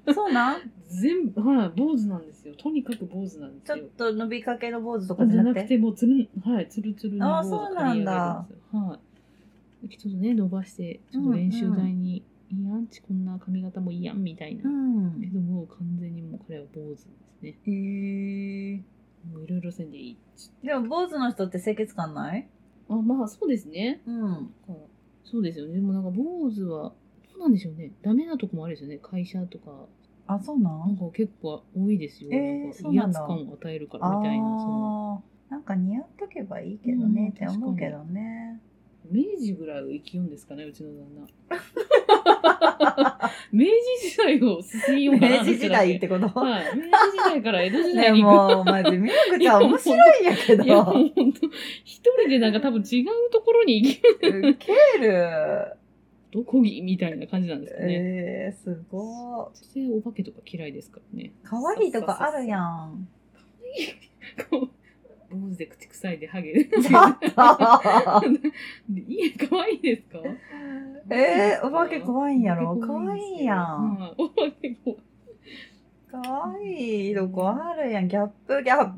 [SPEAKER 2] あ、そうなん
[SPEAKER 3] 全部はい坊主なんですよとにかく坊主なんです
[SPEAKER 2] ちょ
[SPEAKER 3] よ
[SPEAKER 2] っと伸びかけの坊主とかじ
[SPEAKER 3] じ
[SPEAKER 2] ゃ
[SPEAKER 3] ゃ
[SPEAKER 2] な
[SPEAKER 3] な
[SPEAKER 2] く
[SPEAKER 3] く
[SPEAKER 2] て。
[SPEAKER 3] てもうつるんはいつるつるの
[SPEAKER 2] あー
[SPEAKER 3] 坊主
[SPEAKER 2] そう
[SPEAKER 3] 刈
[SPEAKER 2] なん
[SPEAKER 3] り上げるんですよ
[SPEAKER 2] だ
[SPEAKER 3] はいちょっとね伸ばしてちょっと練習台に、いいやんちこんな髪型もいいやんみたいな、
[SPEAKER 2] うん
[SPEAKER 3] け。どもう完全にもう彼は坊主ですね
[SPEAKER 2] へー
[SPEAKER 3] もういろいろせんでいいっつって
[SPEAKER 2] でも坊主の人って清潔感ない
[SPEAKER 3] あまあそうですね
[SPEAKER 2] うん。
[SPEAKER 3] からそうですよねでもなんか坊主はどうなんでしょうねダメなとこもあるんですよね会社とか
[SPEAKER 2] あ、そうな
[SPEAKER 3] なん
[SPEAKER 2] ん
[SPEAKER 3] か結構多いですよ、
[SPEAKER 2] えー
[SPEAKER 3] なん
[SPEAKER 2] そ
[SPEAKER 3] か
[SPEAKER 2] う
[SPEAKER 3] 威
[SPEAKER 2] なん
[SPEAKER 3] 圧
[SPEAKER 2] だ
[SPEAKER 3] 感を与えるから
[SPEAKER 2] あ
[SPEAKER 3] みたいなその
[SPEAKER 2] あーなんか似合っとけばいいけどね、
[SPEAKER 3] うん
[SPEAKER 2] って思うけどね。
[SPEAKER 3] 明治ぐらいを生きようんですかねうちの旦那 [LAUGHS] 明治時代を進みよう
[SPEAKER 2] 明
[SPEAKER 3] かな
[SPEAKER 2] 治時代ってこと
[SPEAKER 3] はい明治時代から江戸時
[SPEAKER 2] ね
[SPEAKER 3] 代に行く
[SPEAKER 2] もう、マジ、ミルクちゃん面白いんやけど
[SPEAKER 3] い。やもう本当一人でなんか多分違うところに行け
[SPEAKER 2] ウケる。
[SPEAKER 3] どこぎみたいな感じなんですかね、
[SPEAKER 2] えー、すご
[SPEAKER 3] 女性お化けとか嫌いですからね [LAUGHS]
[SPEAKER 2] い。かわいいとかあるやん。
[SPEAKER 3] こう坊主で口臭いでハ
[SPEAKER 2] [LAUGHS]
[SPEAKER 3] ゲで
[SPEAKER 2] ちょっと
[SPEAKER 3] いい可愛いですか
[SPEAKER 2] えー、お化け怖いんやろ
[SPEAKER 3] お化け
[SPEAKER 2] かわい
[SPEAKER 3] 怖んです
[SPEAKER 2] い
[SPEAKER 3] よ
[SPEAKER 2] やん。
[SPEAKER 3] はいお化け怖い
[SPEAKER 2] かわいいとこあるやん。ギャップ、ギャップ。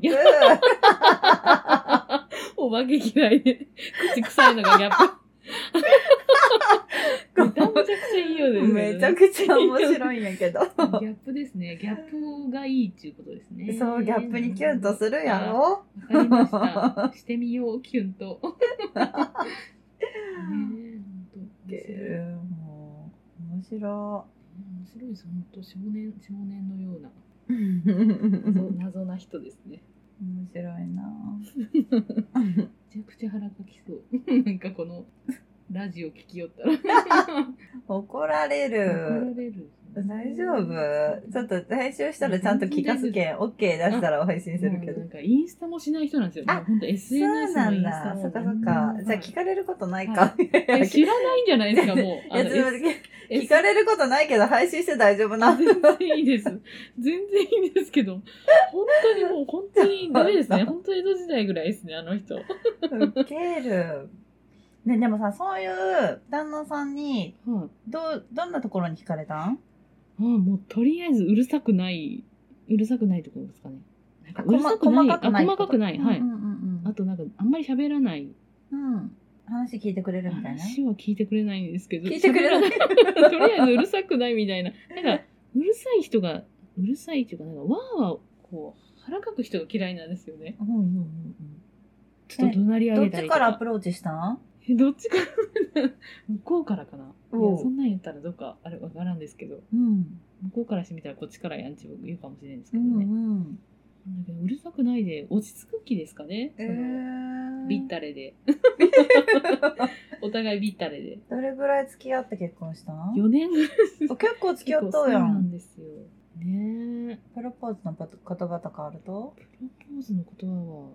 [SPEAKER 3] [LAUGHS] お化け嫌いで口臭いのがギャップめちゃめちゃくちゃいいよね
[SPEAKER 2] [LAUGHS] めちゃくちゃ面白いんや
[SPEAKER 3] [LAUGHS]
[SPEAKER 2] けど。
[SPEAKER 3] ギャップですねギャップがいいっていうことですね
[SPEAKER 2] そう、ギャップにキュンとするやろ
[SPEAKER 3] わかりましたしてみようキュン
[SPEAKER 2] [LAUGHS]
[SPEAKER 3] とねえ本当
[SPEAKER 2] いけるもう、面白。
[SPEAKER 3] 面白いです本当少年少年のようない謎
[SPEAKER 2] 面
[SPEAKER 3] 謎な人ですね
[SPEAKER 2] 白いな
[SPEAKER 3] [LAUGHS] めちゃくちゃ腹かきそう。 [LAUGHS] なんかこのラジオ聞きよったら。
[SPEAKER 2] 怒られ
[SPEAKER 3] 怒ら
[SPEAKER 2] る。
[SPEAKER 3] れる。
[SPEAKER 2] 大丈夫ちょっと編集したらちゃんと聞かすけん、OK 出したら配信するけ
[SPEAKER 3] もうな
[SPEAKER 2] ど
[SPEAKER 3] ん。かインスタもしない人なんですよ。
[SPEAKER 2] あ
[SPEAKER 3] もうほんと
[SPEAKER 2] そう
[SPEAKER 3] SNS
[SPEAKER 2] な
[SPEAKER 3] も
[SPEAKER 2] ん
[SPEAKER 3] インスタ
[SPEAKER 2] だ。
[SPEAKER 3] も。
[SPEAKER 2] そっかそっか
[SPEAKER 3] う。ん
[SPEAKER 2] じゃあ聞かれることないか。 [LAUGHS] いや
[SPEAKER 3] え
[SPEAKER 2] い
[SPEAKER 3] 知らないんじゃないです
[SPEAKER 2] [LAUGHS]
[SPEAKER 3] か、もう。
[SPEAKER 2] や、ちょっと待って聞か
[SPEAKER 3] れ
[SPEAKER 2] れることないけど、配信して大丈夫な。
[SPEAKER 3] 全然いいです。全然いいんですけど。本当にもう、本当にダメです
[SPEAKER 2] [LAUGHS]
[SPEAKER 3] ね。本当江戸時代ぐらいですね、あの人。はい。
[SPEAKER 2] ウケる。ね、でもさ、そういう旦那さんに、
[SPEAKER 3] あ
[SPEAKER 2] どう、どんなところに惹かれたん
[SPEAKER 3] あ、もうとりあえずうるさくない、うるさくないところですかね。なんかうるさくない。あ細かくない。はい。
[SPEAKER 2] うんうんうん
[SPEAKER 3] あとなんか、あんまり喋らない。
[SPEAKER 2] うん。話聞いてくれるみたいな。
[SPEAKER 3] 話は聞いてくれないんですけど
[SPEAKER 2] 聞いてくれない
[SPEAKER 3] 喋らない [LAUGHS] とりあえずうるさくないみたいななんかうるさい人がうるさいっていうかなんかわーわーこう腹かく人が嫌いなんですよね
[SPEAKER 2] うんうんうん
[SPEAKER 3] ちょっと怒鳴り
[SPEAKER 2] うん。ど
[SPEAKER 3] 上
[SPEAKER 2] っ
[SPEAKER 3] げたり
[SPEAKER 2] ち
[SPEAKER 3] と
[SPEAKER 2] からア
[SPEAKER 3] か
[SPEAKER 2] プローチしたん
[SPEAKER 3] えどっちから向こうからかないや
[SPEAKER 2] おう
[SPEAKER 3] そんなん言ったらどうかあれわからんですけど
[SPEAKER 2] うん。
[SPEAKER 3] 向こうからしてみたらこっちからやんちを言うかもしれないんです
[SPEAKER 2] う
[SPEAKER 3] けどね、
[SPEAKER 2] ん
[SPEAKER 3] なんかうるさくないで落ち着く気ですかね、
[SPEAKER 2] う
[SPEAKER 3] その
[SPEAKER 2] ん。
[SPEAKER 3] ビッタレでお互いビッタレで
[SPEAKER 2] [LAUGHS] どれぐらい付き合って結婚したん
[SPEAKER 3] 4年ぐらい
[SPEAKER 2] あ結構付き合っとうや
[SPEAKER 3] そうなん
[SPEAKER 2] ん。
[SPEAKER 3] ですよねえ
[SPEAKER 2] プロポーズの言葉とかあると
[SPEAKER 3] プロポーズの言葉は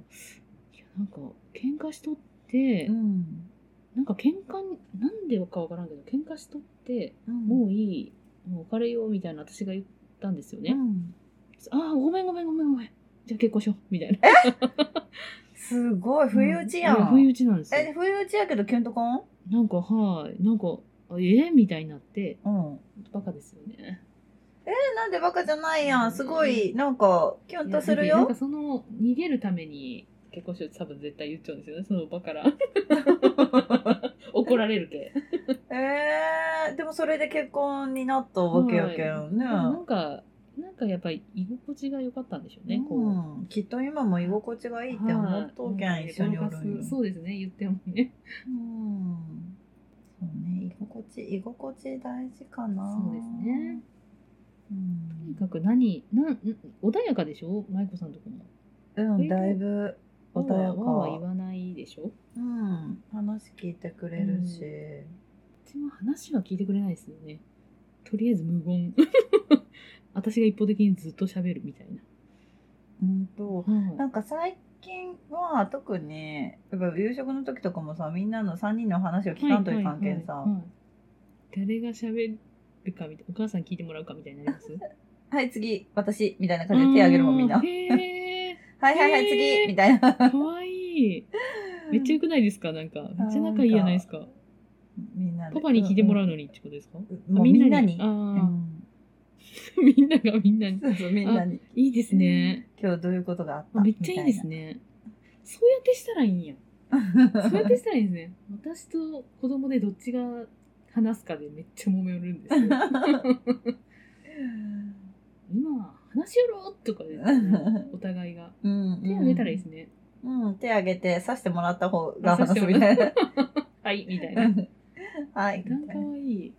[SPEAKER 3] いやなんか喧嘩しとって、
[SPEAKER 2] ん。
[SPEAKER 3] なんか喧嘩になんでかわからんけど喧嘩しとって
[SPEAKER 2] うん
[SPEAKER 3] もういいもう別れようみたいな私が言っったんですよ
[SPEAKER 2] う
[SPEAKER 3] ね。
[SPEAKER 2] ん
[SPEAKER 3] ああ、ごめんごめんごめんごめん。じゃあ結婚しよう。みたいな。
[SPEAKER 2] すごい、不意打ちや。
[SPEAKER 3] うん不意打ちなんですよ
[SPEAKER 2] え、。不意打ちやけど、キュンとこん
[SPEAKER 3] なんか、はい。なんか、えー、みたいになって、
[SPEAKER 2] うん。
[SPEAKER 3] バカですよね。
[SPEAKER 2] え、なんでバカじゃないやん。すごい、なんか、キュンとする
[SPEAKER 3] いやなん
[SPEAKER 2] よ
[SPEAKER 3] か。その、逃げるために結婚しようって多分絶対言っちゃうんですよね。その場
[SPEAKER 2] [LAUGHS]
[SPEAKER 3] から。怒られるけ。
[SPEAKER 2] えー、でもそれで結婚になったわけやけどね。
[SPEAKER 3] なんか、なんかやっぱり居心地が良かったんでしょうね。こう。
[SPEAKER 2] うん、きっと今も居心地がいいって思っとうけん、
[SPEAKER 3] はい
[SPEAKER 2] 一緒におるんよ
[SPEAKER 3] うんそうですね、言ってもね。
[SPEAKER 2] うんそうね居心地居心地大事かな
[SPEAKER 3] そうですね。
[SPEAKER 2] う
[SPEAKER 3] とに
[SPEAKER 2] ん、
[SPEAKER 3] かく何、なんん穏やかでしょ舞子さんとこも。
[SPEAKER 2] うん、だいぶ穏や
[SPEAKER 3] わーわー言
[SPEAKER 2] か、
[SPEAKER 3] わないでしょ
[SPEAKER 2] うん、話聞いてくれるし、
[SPEAKER 3] うちも話は聞いてくれないですよね。とりあえず無言。 [LAUGHS] 私が一方的にずっと喋るみたいな。
[SPEAKER 2] うんと
[SPEAKER 3] は
[SPEAKER 2] なんか最近は特にやっぱ夕食の時とかもさみんなの3人の話を
[SPEAKER 3] い
[SPEAKER 2] 聞かんといかんけん
[SPEAKER 3] は
[SPEAKER 2] さ
[SPEAKER 3] いはいはい誰が喋るかみたいな、お母さん聞いてもらうかみたいにな
[SPEAKER 2] [LAUGHS]
[SPEAKER 3] ります
[SPEAKER 2] はい次私みたいな感じで手挙げるもんみんな
[SPEAKER 3] あーへえ、
[SPEAKER 2] はいはいはい
[SPEAKER 3] へー
[SPEAKER 2] 次みたいな
[SPEAKER 3] かわいい。 [LAUGHS] めっちゃ良くないですかなんか。めっちゃ仲いいじゃないですか。
[SPEAKER 2] みんなで
[SPEAKER 3] パパに聞いてもらうのにってことですか、
[SPEAKER 2] うんもうみんなに
[SPEAKER 3] あみんな
[SPEAKER 2] う
[SPEAKER 3] に
[SPEAKER 2] ん
[SPEAKER 3] あーみんながみんなに。
[SPEAKER 2] そうそうみんなに
[SPEAKER 3] いいですね。
[SPEAKER 2] 今日どういうことがあった
[SPEAKER 3] あめっちゃいいですね。そうやってしたらいい
[SPEAKER 2] [LAUGHS]
[SPEAKER 3] んや。
[SPEAKER 2] みたいな
[SPEAKER 3] そうやってしたらいいんですね。私と子供でどっちが話すかでめっちゃ揉めるんです
[SPEAKER 2] [LAUGHS]
[SPEAKER 3] よ。今、話しよろと
[SPEAKER 2] [LAUGHS]
[SPEAKER 3] かですね。お互いが。
[SPEAKER 2] うん
[SPEAKER 3] 手あげたらいいですね。
[SPEAKER 2] うん、手あげて刺してもらった方が話すみ [LAUGHS] たいな。
[SPEAKER 3] はい、みたいな。
[SPEAKER 2] はい。
[SPEAKER 3] なんかわいい。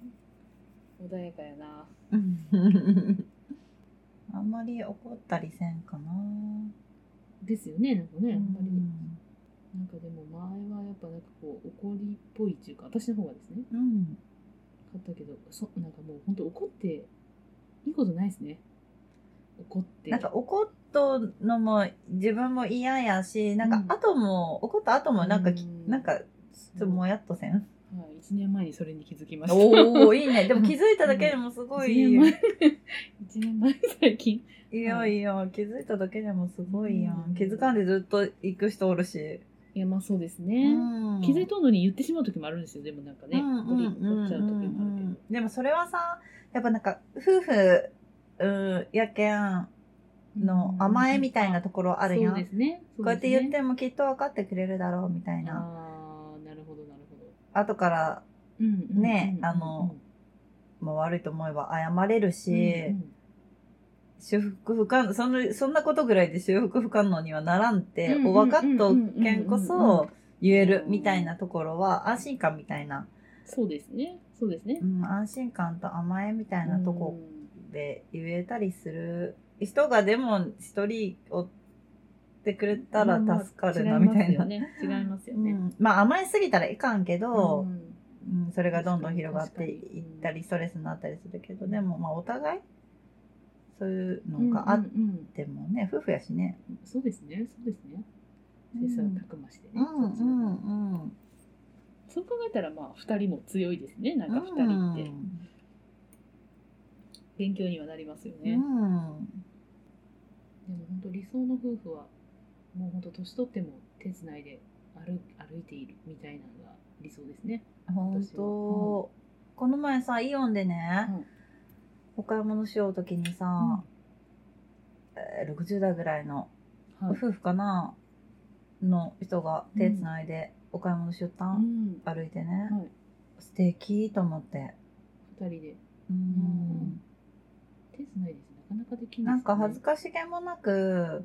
[SPEAKER 3] 穏やかやな。
[SPEAKER 2] うんあんまり怒ったりせんかな。
[SPEAKER 3] ですよね、なんかね。あんまり。
[SPEAKER 2] うん
[SPEAKER 3] なんかでも前はやっぱなんかこう、怒りっぽいっていうか、私の方がですね。
[SPEAKER 2] うん。
[SPEAKER 3] 買ったけど、そなんかもう本当怒って、いいことないですね。怒って。
[SPEAKER 2] なんか怒ったのも自分も嫌やし、なん
[SPEAKER 3] うん
[SPEAKER 2] か後も、怒った後もなんかき、
[SPEAKER 3] うん
[SPEAKER 2] なんか、ちょっともやっとせん。
[SPEAKER 3] はい、1年前にそれに気づきました。
[SPEAKER 2] おおいい [LAUGHS] ね。でも気づいただけでもすご
[SPEAKER 3] 1 [LAUGHS]
[SPEAKER 2] い [LAUGHS] いい
[SPEAKER 3] 年
[SPEAKER 2] よ。
[SPEAKER 3] 前。一年前最近。
[SPEAKER 2] いやいや、気づいただけでもすごいや
[SPEAKER 3] うん
[SPEAKER 2] ん。気づかんでずっと行く人おるし。
[SPEAKER 3] いや、まあそうです
[SPEAKER 2] 気
[SPEAKER 3] ね。気づいとんのに言ってしまう時もあるんですよ。でもなんかね、怒り怒っちゃう時もあるけど。
[SPEAKER 2] でもそれはさ、やっぱなんか、夫婦、うん、やけんの甘えみたいなと
[SPEAKER 3] こ
[SPEAKER 2] ころあるやん。
[SPEAKER 3] そうですね。
[SPEAKER 2] こうやって言って
[SPEAKER 3] も
[SPEAKER 2] もきっと分かってくれるだろうみたいな。
[SPEAKER 3] ああ、なるほど、なるほど。
[SPEAKER 2] 後から、
[SPEAKER 3] うんうん
[SPEAKER 2] ね
[SPEAKER 3] うん
[SPEAKER 2] あのもう悪いと思えば謝れるし、
[SPEAKER 3] うんうん
[SPEAKER 2] 修復不可能その、そんなことぐらいで修復不可能にはならんって、
[SPEAKER 3] うんうん
[SPEAKER 2] お分かっとけんこ
[SPEAKER 3] うんうんうん
[SPEAKER 2] そ言えるみたいなところは、安心感みたいな、
[SPEAKER 3] そうですね。そうですね
[SPEAKER 2] う。ん、安心感と甘えみたいなとこで言えたりする人がでも一人おってくれたら助かるなみたいな。
[SPEAKER 3] うん違ますよね違いますよ
[SPEAKER 2] う
[SPEAKER 3] ね。
[SPEAKER 2] ん、まあ甘えすぎたらいかんけど、
[SPEAKER 3] ん
[SPEAKER 2] うんそれがどんどん広がっていったりストレスになったりするけどでもまあお互いそういうのがあ
[SPEAKER 3] うん
[SPEAKER 2] っ
[SPEAKER 3] うんうん
[SPEAKER 2] てもね、夫婦やしね。
[SPEAKER 3] そうですね、そうですね。
[SPEAKER 2] うん
[SPEAKER 3] 切磋琢磨してね。
[SPEAKER 2] うんう
[SPEAKER 3] こちらも
[SPEAKER 2] んうん
[SPEAKER 3] そう考えたら、まあ、二人も強いですね。なんか二人って、勉強にはなりますよね。
[SPEAKER 2] う
[SPEAKER 3] でも、
[SPEAKER 2] ん
[SPEAKER 3] 本当理想の夫婦は、もう本当年取っても、手つないで歩、歩いているみたいなのが理想ですね。
[SPEAKER 2] 本当、この前さイオンでね、
[SPEAKER 3] うん
[SPEAKER 2] お買い物しようときにさ、えー60代ぐらいの
[SPEAKER 3] はい。
[SPEAKER 2] 夫婦かなの人が手つないでお買い物しよった、
[SPEAKER 3] うんん。
[SPEAKER 2] 歩いてね、
[SPEAKER 3] はい。
[SPEAKER 2] 素敵と思って、
[SPEAKER 3] 二人で、
[SPEAKER 2] うん
[SPEAKER 3] 手つないです。なかなかできな
[SPEAKER 2] ないんか恥ず
[SPEAKER 3] か
[SPEAKER 2] かしげもなく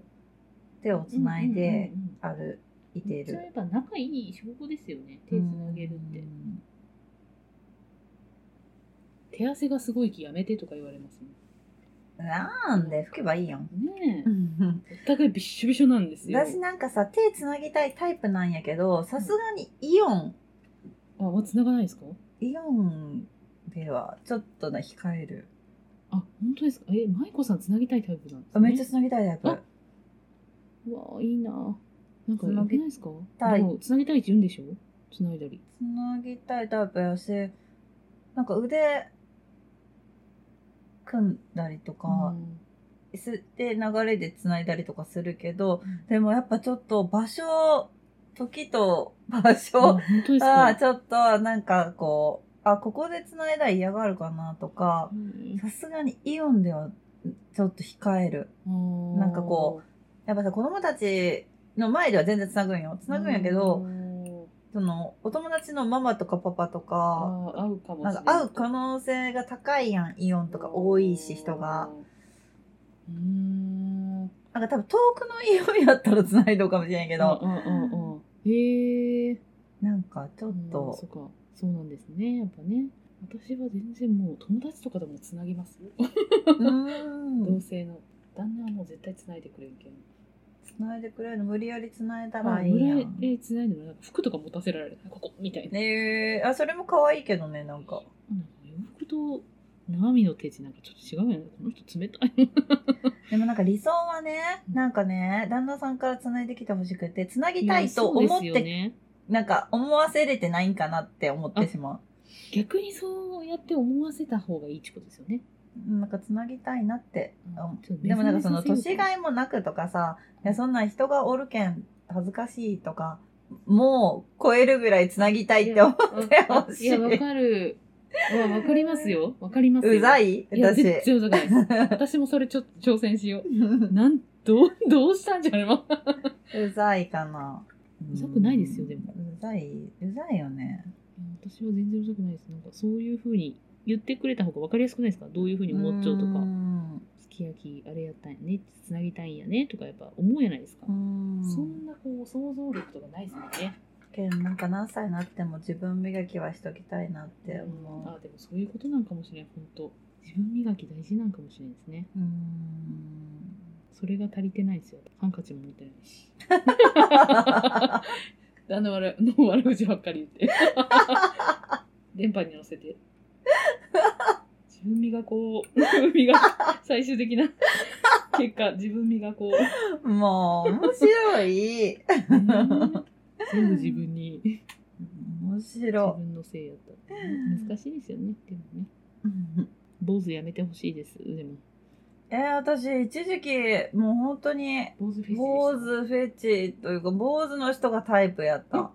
[SPEAKER 2] 手をつないで
[SPEAKER 3] うんうんうんうん
[SPEAKER 2] 歩いてい
[SPEAKER 3] それは
[SPEAKER 2] る、
[SPEAKER 3] やっぱ仲いい証拠ですよね。手つなげるって。
[SPEAKER 2] うん
[SPEAKER 3] 手汗がすごいきやめてとか言われますもん
[SPEAKER 2] なんで拭けばいいやん
[SPEAKER 3] ねえ。お互いびっしょびしょなんですよ。
[SPEAKER 2] 私なんかさ手つなぎたいタイプなんやけどさすがにイオン
[SPEAKER 3] あ、もう繋がないですか
[SPEAKER 2] イオンではちょっとね控える
[SPEAKER 3] あ、本当ですかえ、舞子さん繋ぎたいタイプなんです
[SPEAKER 2] あ
[SPEAKER 3] ね。
[SPEAKER 2] めっちゃつなぎたいタイプ
[SPEAKER 3] あうわあいいななんか、
[SPEAKER 2] つ
[SPEAKER 3] よ
[SPEAKER 2] な
[SPEAKER 3] く
[SPEAKER 2] ぎ
[SPEAKER 3] ないですか
[SPEAKER 2] たい
[SPEAKER 3] でも繋ぎたいって言うんでしょ繋いだり。
[SPEAKER 2] つなぎたいタイプやしなんか腕組んだりとか、すで流れで繋いだりとかするけど、でもやっぱちょっと場所、時と場
[SPEAKER 3] あ
[SPEAKER 2] 所、
[SPEAKER 3] 本当です
[SPEAKER 2] ああ、
[SPEAKER 3] か
[SPEAKER 2] ちょっとなんかこう、あ、ここで繋いだら嫌がるかなとか、さすがにイオンではちょっと控える。な
[SPEAKER 3] な
[SPEAKER 2] んかこやっぱさ、子供たちの前では全然繋ぐんよ。繋ぐんやけど、その、お友達のママとかパパとか、
[SPEAKER 3] あ合うかも
[SPEAKER 2] なん
[SPEAKER 3] しれな
[SPEAKER 2] か
[SPEAKER 3] い
[SPEAKER 2] 会う可能性が高いやん、イオンとか多いし、人が。
[SPEAKER 3] うーん
[SPEAKER 2] なんか多分遠くのイオンやったら繋いどうかもしれんけど、
[SPEAKER 3] うんうんうんうんへえ
[SPEAKER 2] なんかちょっ
[SPEAKER 3] うん
[SPEAKER 2] と
[SPEAKER 3] そ、うかそうなんですねやっぱね私は全然もう友達とかでもつなぎますよ
[SPEAKER 2] う
[SPEAKER 3] 同
[SPEAKER 2] ん、
[SPEAKER 3] 性の旦那はもう絶対つないでくれるけん
[SPEAKER 2] 繋いでくれるの無理やり繋いだ
[SPEAKER 3] あ
[SPEAKER 2] らいいや
[SPEAKER 3] 村
[SPEAKER 2] ん。
[SPEAKER 3] へつないでもなんか服とか持たせられるここみたいな、
[SPEAKER 2] ねえ、あ、それも可愛いけどね、なんか。
[SPEAKER 3] なんか洋服と生身の手地なんかちょっと違うよねこの人冷たい
[SPEAKER 2] でもなんか理想はね、なんかね、旦那さんから繋いできてほしくて、繋ぎたいと
[SPEAKER 3] そう
[SPEAKER 2] 思
[SPEAKER 3] [LAUGHS] で
[SPEAKER 2] っ
[SPEAKER 3] す
[SPEAKER 2] て、
[SPEAKER 3] よね
[SPEAKER 2] なんか思わせれてないんかなって思ってしま
[SPEAKER 3] 逆にそうやって思わせた方がいいってことですよね
[SPEAKER 2] う。なんか繋ぎたいなって。
[SPEAKER 3] うん
[SPEAKER 2] うんでもなんかその年がいもなくとかさ、いやそんなん人がおるけん恥ずかしいとか、もう超えるぐらい繋ぎたいって思ってほし
[SPEAKER 3] いや、わ
[SPEAKER 2] い。
[SPEAKER 3] かる。わ、わかりますよ。わかりますよ。
[SPEAKER 2] うざい
[SPEAKER 3] いや、
[SPEAKER 2] 私。
[SPEAKER 3] 全然うざくないです。私もそれちょっと挑戦しよう。なん、どう、どうしたんじゃろう。
[SPEAKER 2] うざいかな。
[SPEAKER 3] うざくないですよでも
[SPEAKER 2] うざい、うざいよね。
[SPEAKER 3] 私は全然うざくないです。なんか、そういうふうに言ってくれた方がわかりやすくないですかどういうふうに思っちゃうと
[SPEAKER 2] う
[SPEAKER 3] か、
[SPEAKER 2] ん
[SPEAKER 3] すき焼き、あれやったんやね、つなぎたいんやね、とかやっぱ思うじゃないですか。
[SPEAKER 2] うん
[SPEAKER 3] そんなこう、想像力とかないですもんね。
[SPEAKER 2] けんなんか何歳になっても自分磨きはしときたいなって思
[SPEAKER 3] あ、でもそういうことなんかもしれん、本当自分磨き大事なんかもしれんですね。
[SPEAKER 2] う。うん。
[SPEAKER 3] それが足りてないんですよ。ハンカチも持ってない [LAUGHS] し。あの悪の悪口ばっかり言って。電波に乗せて。自分磨こう。自分磨こう最終的な結果、自分磨 [LAUGHS] こう。
[SPEAKER 2] もう面白
[SPEAKER 3] [LAUGHS]
[SPEAKER 2] い。
[SPEAKER 3] 全部自分に。
[SPEAKER 2] 面
[SPEAKER 3] 自
[SPEAKER 2] 白
[SPEAKER 3] 分のせいやった。難しいですよね。でもね。
[SPEAKER 2] い。
[SPEAKER 3] 坊主やめてほしいです。でも。
[SPEAKER 2] えー、私一時期もう本当に
[SPEAKER 3] 坊主フェチでした。
[SPEAKER 2] 坊主フェチというか坊主の人がタイプやった。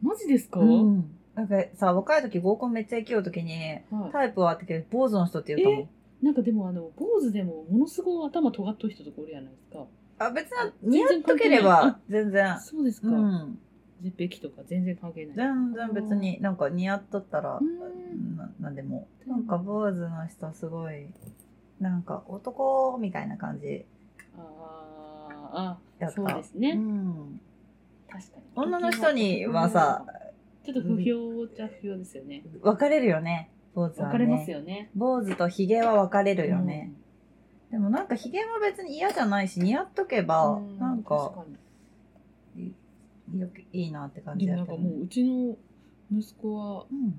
[SPEAKER 3] マジですか、
[SPEAKER 2] うん。なんかさ若い時合コンめっちゃ行きよう時に
[SPEAKER 3] は
[SPEAKER 2] タイプはあったけど坊主の人って言うたもん。
[SPEAKER 3] い。なんかでもあの、坊主でもものすごい頭尖っとる人とかおるやないですか。
[SPEAKER 2] あ別に
[SPEAKER 3] あ
[SPEAKER 2] 似合っとければ全然。
[SPEAKER 3] そうですか。
[SPEAKER 2] うん。
[SPEAKER 3] 絶壁とか全然関係ない。
[SPEAKER 2] 全然別になんか似合っとったら
[SPEAKER 3] うん
[SPEAKER 2] ななんでもなんか坊主の人すごいなんか男みたいな感じ
[SPEAKER 3] あー
[SPEAKER 2] やった
[SPEAKER 3] あ、そうです
[SPEAKER 2] う
[SPEAKER 3] ね。
[SPEAKER 2] ん
[SPEAKER 3] 確かに。
[SPEAKER 2] 女の人にはさ、
[SPEAKER 3] ちょっと不評じゃ不評ですよね。
[SPEAKER 2] 分かれるよね坊主
[SPEAKER 3] 分
[SPEAKER 2] は
[SPEAKER 3] かれます
[SPEAKER 2] ね
[SPEAKER 3] よね。
[SPEAKER 2] 坊主とヒゲは分かれるよね、でもなんかヒゲも別に嫌じゃないし似合っとけ
[SPEAKER 3] う
[SPEAKER 2] ば
[SPEAKER 3] う
[SPEAKER 2] なん
[SPEAKER 3] 確
[SPEAKER 2] か
[SPEAKER 3] に
[SPEAKER 2] よくいいなって感じ
[SPEAKER 3] でも
[SPEAKER 2] や
[SPEAKER 3] な
[SPEAKER 2] った
[SPEAKER 3] んか
[SPEAKER 2] よ
[SPEAKER 3] も
[SPEAKER 2] ね
[SPEAKER 3] ううちの息子は
[SPEAKER 2] うん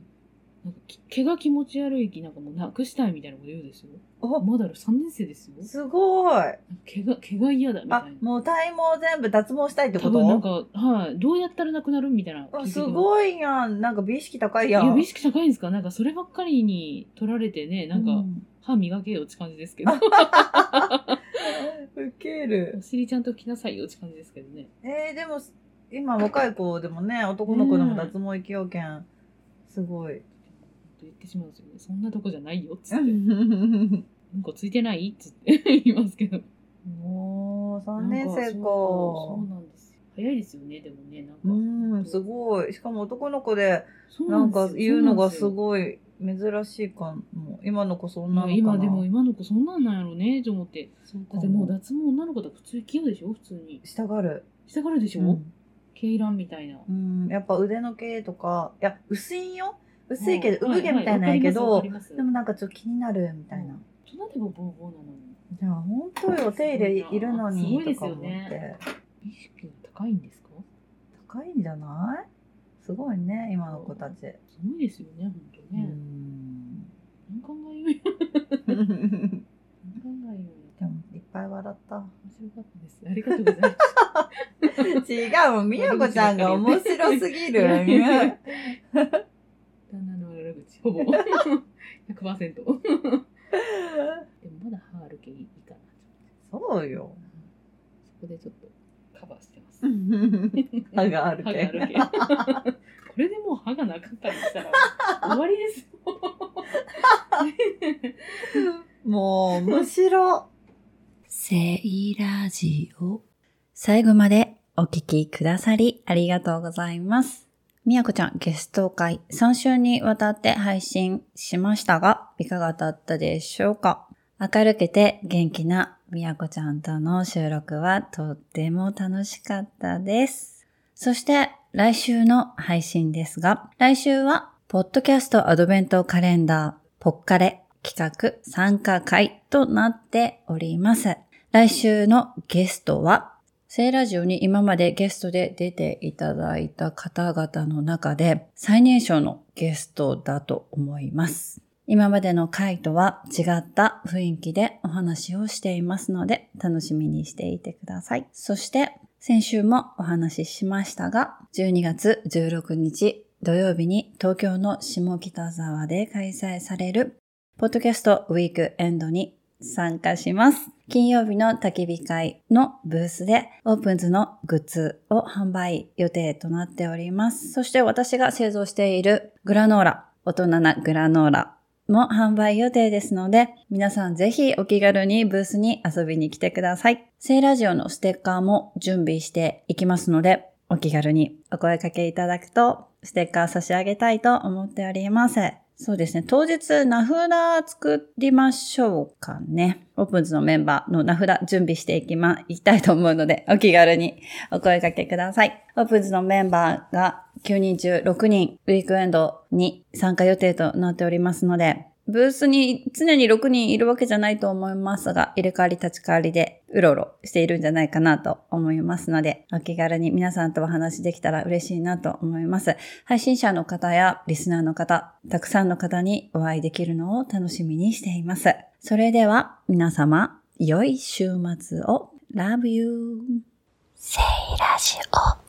[SPEAKER 3] なんかき毛が気持ち悪いきなんかもうなくしたいみたいなこと言うですよ。
[SPEAKER 2] お
[SPEAKER 3] まだ三年生ですよ。
[SPEAKER 2] すごい
[SPEAKER 3] 毛が毛が嫌だみた
[SPEAKER 2] あ
[SPEAKER 3] いな。
[SPEAKER 2] もう体毛全部脱毛したいってこ
[SPEAKER 3] 多分なん
[SPEAKER 2] と
[SPEAKER 3] かはいどうやったらなくなるみたいな。
[SPEAKER 2] あす
[SPEAKER 3] い。
[SPEAKER 2] ごいやんなんか美意識高い
[SPEAKER 3] い
[SPEAKER 2] やん
[SPEAKER 3] や美意識高いんですか。なんかそればっかりに取られてねなん
[SPEAKER 2] う
[SPEAKER 3] か歯磨けよって感じですけど。
[SPEAKER 2] ウケ
[SPEAKER 3] お
[SPEAKER 2] る。
[SPEAKER 3] [LAUGHS] 尻ちゃんと拭きなさいよって感じですけどね。
[SPEAKER 2] えー、でも、今若い子でもね、男の子でも脱毛行きようけん。すごい。
[SPEAKER 3] 言ってしまうんですよね。そんなとこじゃないよっつって。うん
[SPEAKER 2] も
[SPEAKER 3] こついてないっつって [LAUGHS] 言いますけど。
[SPEAKER 2] う、3年生
[SPEAKER 3] なん
[SPEAKER 2] か。
[SPEAKER 3] そうそうなんですよ。早いですよね、でもね。なんか。
[SPEAKER 2] うん、すごい。しかも男の子で、
[SPEAKER 3] そう
[SPEAKER 2] なんか
[SPEAKER 3] ですよ
[SPEAKER 2] 言うのがす
[SPEAKER 3] そう
[SPEAKER 2] ごい珍しいかも。今の子そんな
[SPEAKER 3] な
[SPEAKER 2] の
[SPEAKER 3] ん
[SPEAKER 2] かな。
[SPEAKER 3] ですよ今でも今の子そんなんなんやろうね、と思って。
[SPEAKER 2] そうか
[SPEAKER 3] だってもう脱毛女の子だと普通器用でしょ、普通に。
[SPEAKER 2] したがる。
[SPEAKER 3] したがるでしょ、
[SPEAKER 2] うん
[SPEAKER 3] 毛いらんみたいな。
[SPEAKER 2] うん、やっぱ腕の毛とか、いや、薄いんよ。薄いけど、
[SPEAKER 3] はい
[SPEAKER 2] 産毛みたいなんやけど、
[SPEAKER 3] はいわかりますわかります
[SPEAKER 2] でもなんかちょっと気になるみたいな。
[SPEAKER 3] 大人でもボーボーなのに。
[SPEAKER 2] いや、本当よ、お手入れいるの
[SPEAKER 3] すご
[SPEAKER 2] に
[SPEAKER 3] いで
[SPEAKER 2] と
[SPEAKER 3] す
[SPEAKER 2] か
[SPEAKER 3] よ
[SPEAKER 2] 思って。
[SPEAKER 3] ね意識が高いんですか
[SPEAKER 2] 高いんじゃないすごいね、今の子たち。
[SPEAKER 3] すごいですよね、本当
[SPEAKER 2] う
[SPEAKER 3] ね。
[SPEAKER 2] ん。
[SPEAKER 3] 何考えようよ。
[SPEAKER 2] で [LAUGHS] も、
[SPEAKER 3] 何考えようよ。
[SPEAKER 2] いっぱい笑った。
[SPEAKER 3] 面白かったです。ありがとうござい
[SPEAKER 2] [LAUGHS]
[SPEAKER 3] ます。
[SPEAKER 2] 違うもん、みやこちゃんが面白すぎ
[SPEAKER 3] いや
[SPEAKER 2] る。
[SPEAKER 3] いやい [LAUGHS] や旦那の悪口、ほぼ100%。でもまだ歯あるけいいかなちょっ
[SPEAKER 2] そうよ
[SPEAKER 3] [LAUGHS] と。そこでちょっとカバーしてます
[SPEAKER 2] 歯があるけ
[SPEAKER 3] 歯があるけこれでもう歯がなかったりしたら終わりですよ
[SPEAKER 2] もう、むしろ。
[SPEAKER 1] セイラジオ。最後までお聞きくださりありがとうございます。みやこちゃんゲスト会3週にわたって配信しましたが、いかがだったでしょうか明るくて元気なみやこちゃんとの収録はとっても楽しかったです。そして来週の配信ですが、来週はポッドキャストアドベントカレンダーポッカレ企画参加会となっております。来週のゲストは、聖ラジオに今までゲストで出ていただいた方々の中で最年少のゲストだと思います。今までの回とは違った雰囲気でお話をしていますので楽しみにしていてください。そして先週もお話ししましたが12月16日土曜日に東京の下北沢で開催されるポッドキャストウィークエンドに参加します。金曜日の焚き火会のブースでオープンズのグッズを販売予定となっております。そして私が製造しているグラノーラ、大人なグラノーラも販売予定ですので、皆さんぜひお気軽にブースに遊びに来てください。聖ラジオのステッカーも準備していきますので、お気軽にお声掛けいただくと、ステッカー差し上げたいと思っております。そうですね。当日、名札作りましょうかね。オープンズのメンバーの名札準備していきま、いきたいと思うので、お気軽にお声掛けください。オープンズのメンバーが9人中6人、ウィークエンドに参加予定となっておりますので、ブースに常に6人いるわけじゃないと思いますが、入れ替わり立ち替わりでうろうろしているんじゃないかなと思いますので、お気軽に皆さんとお話できたら嬉しいなと思います。配信者の方やリスナーの方、たくさんの方にお会いできるのを楽しみにしています。それでは皆様、良い週末を。Love you! セイラジオ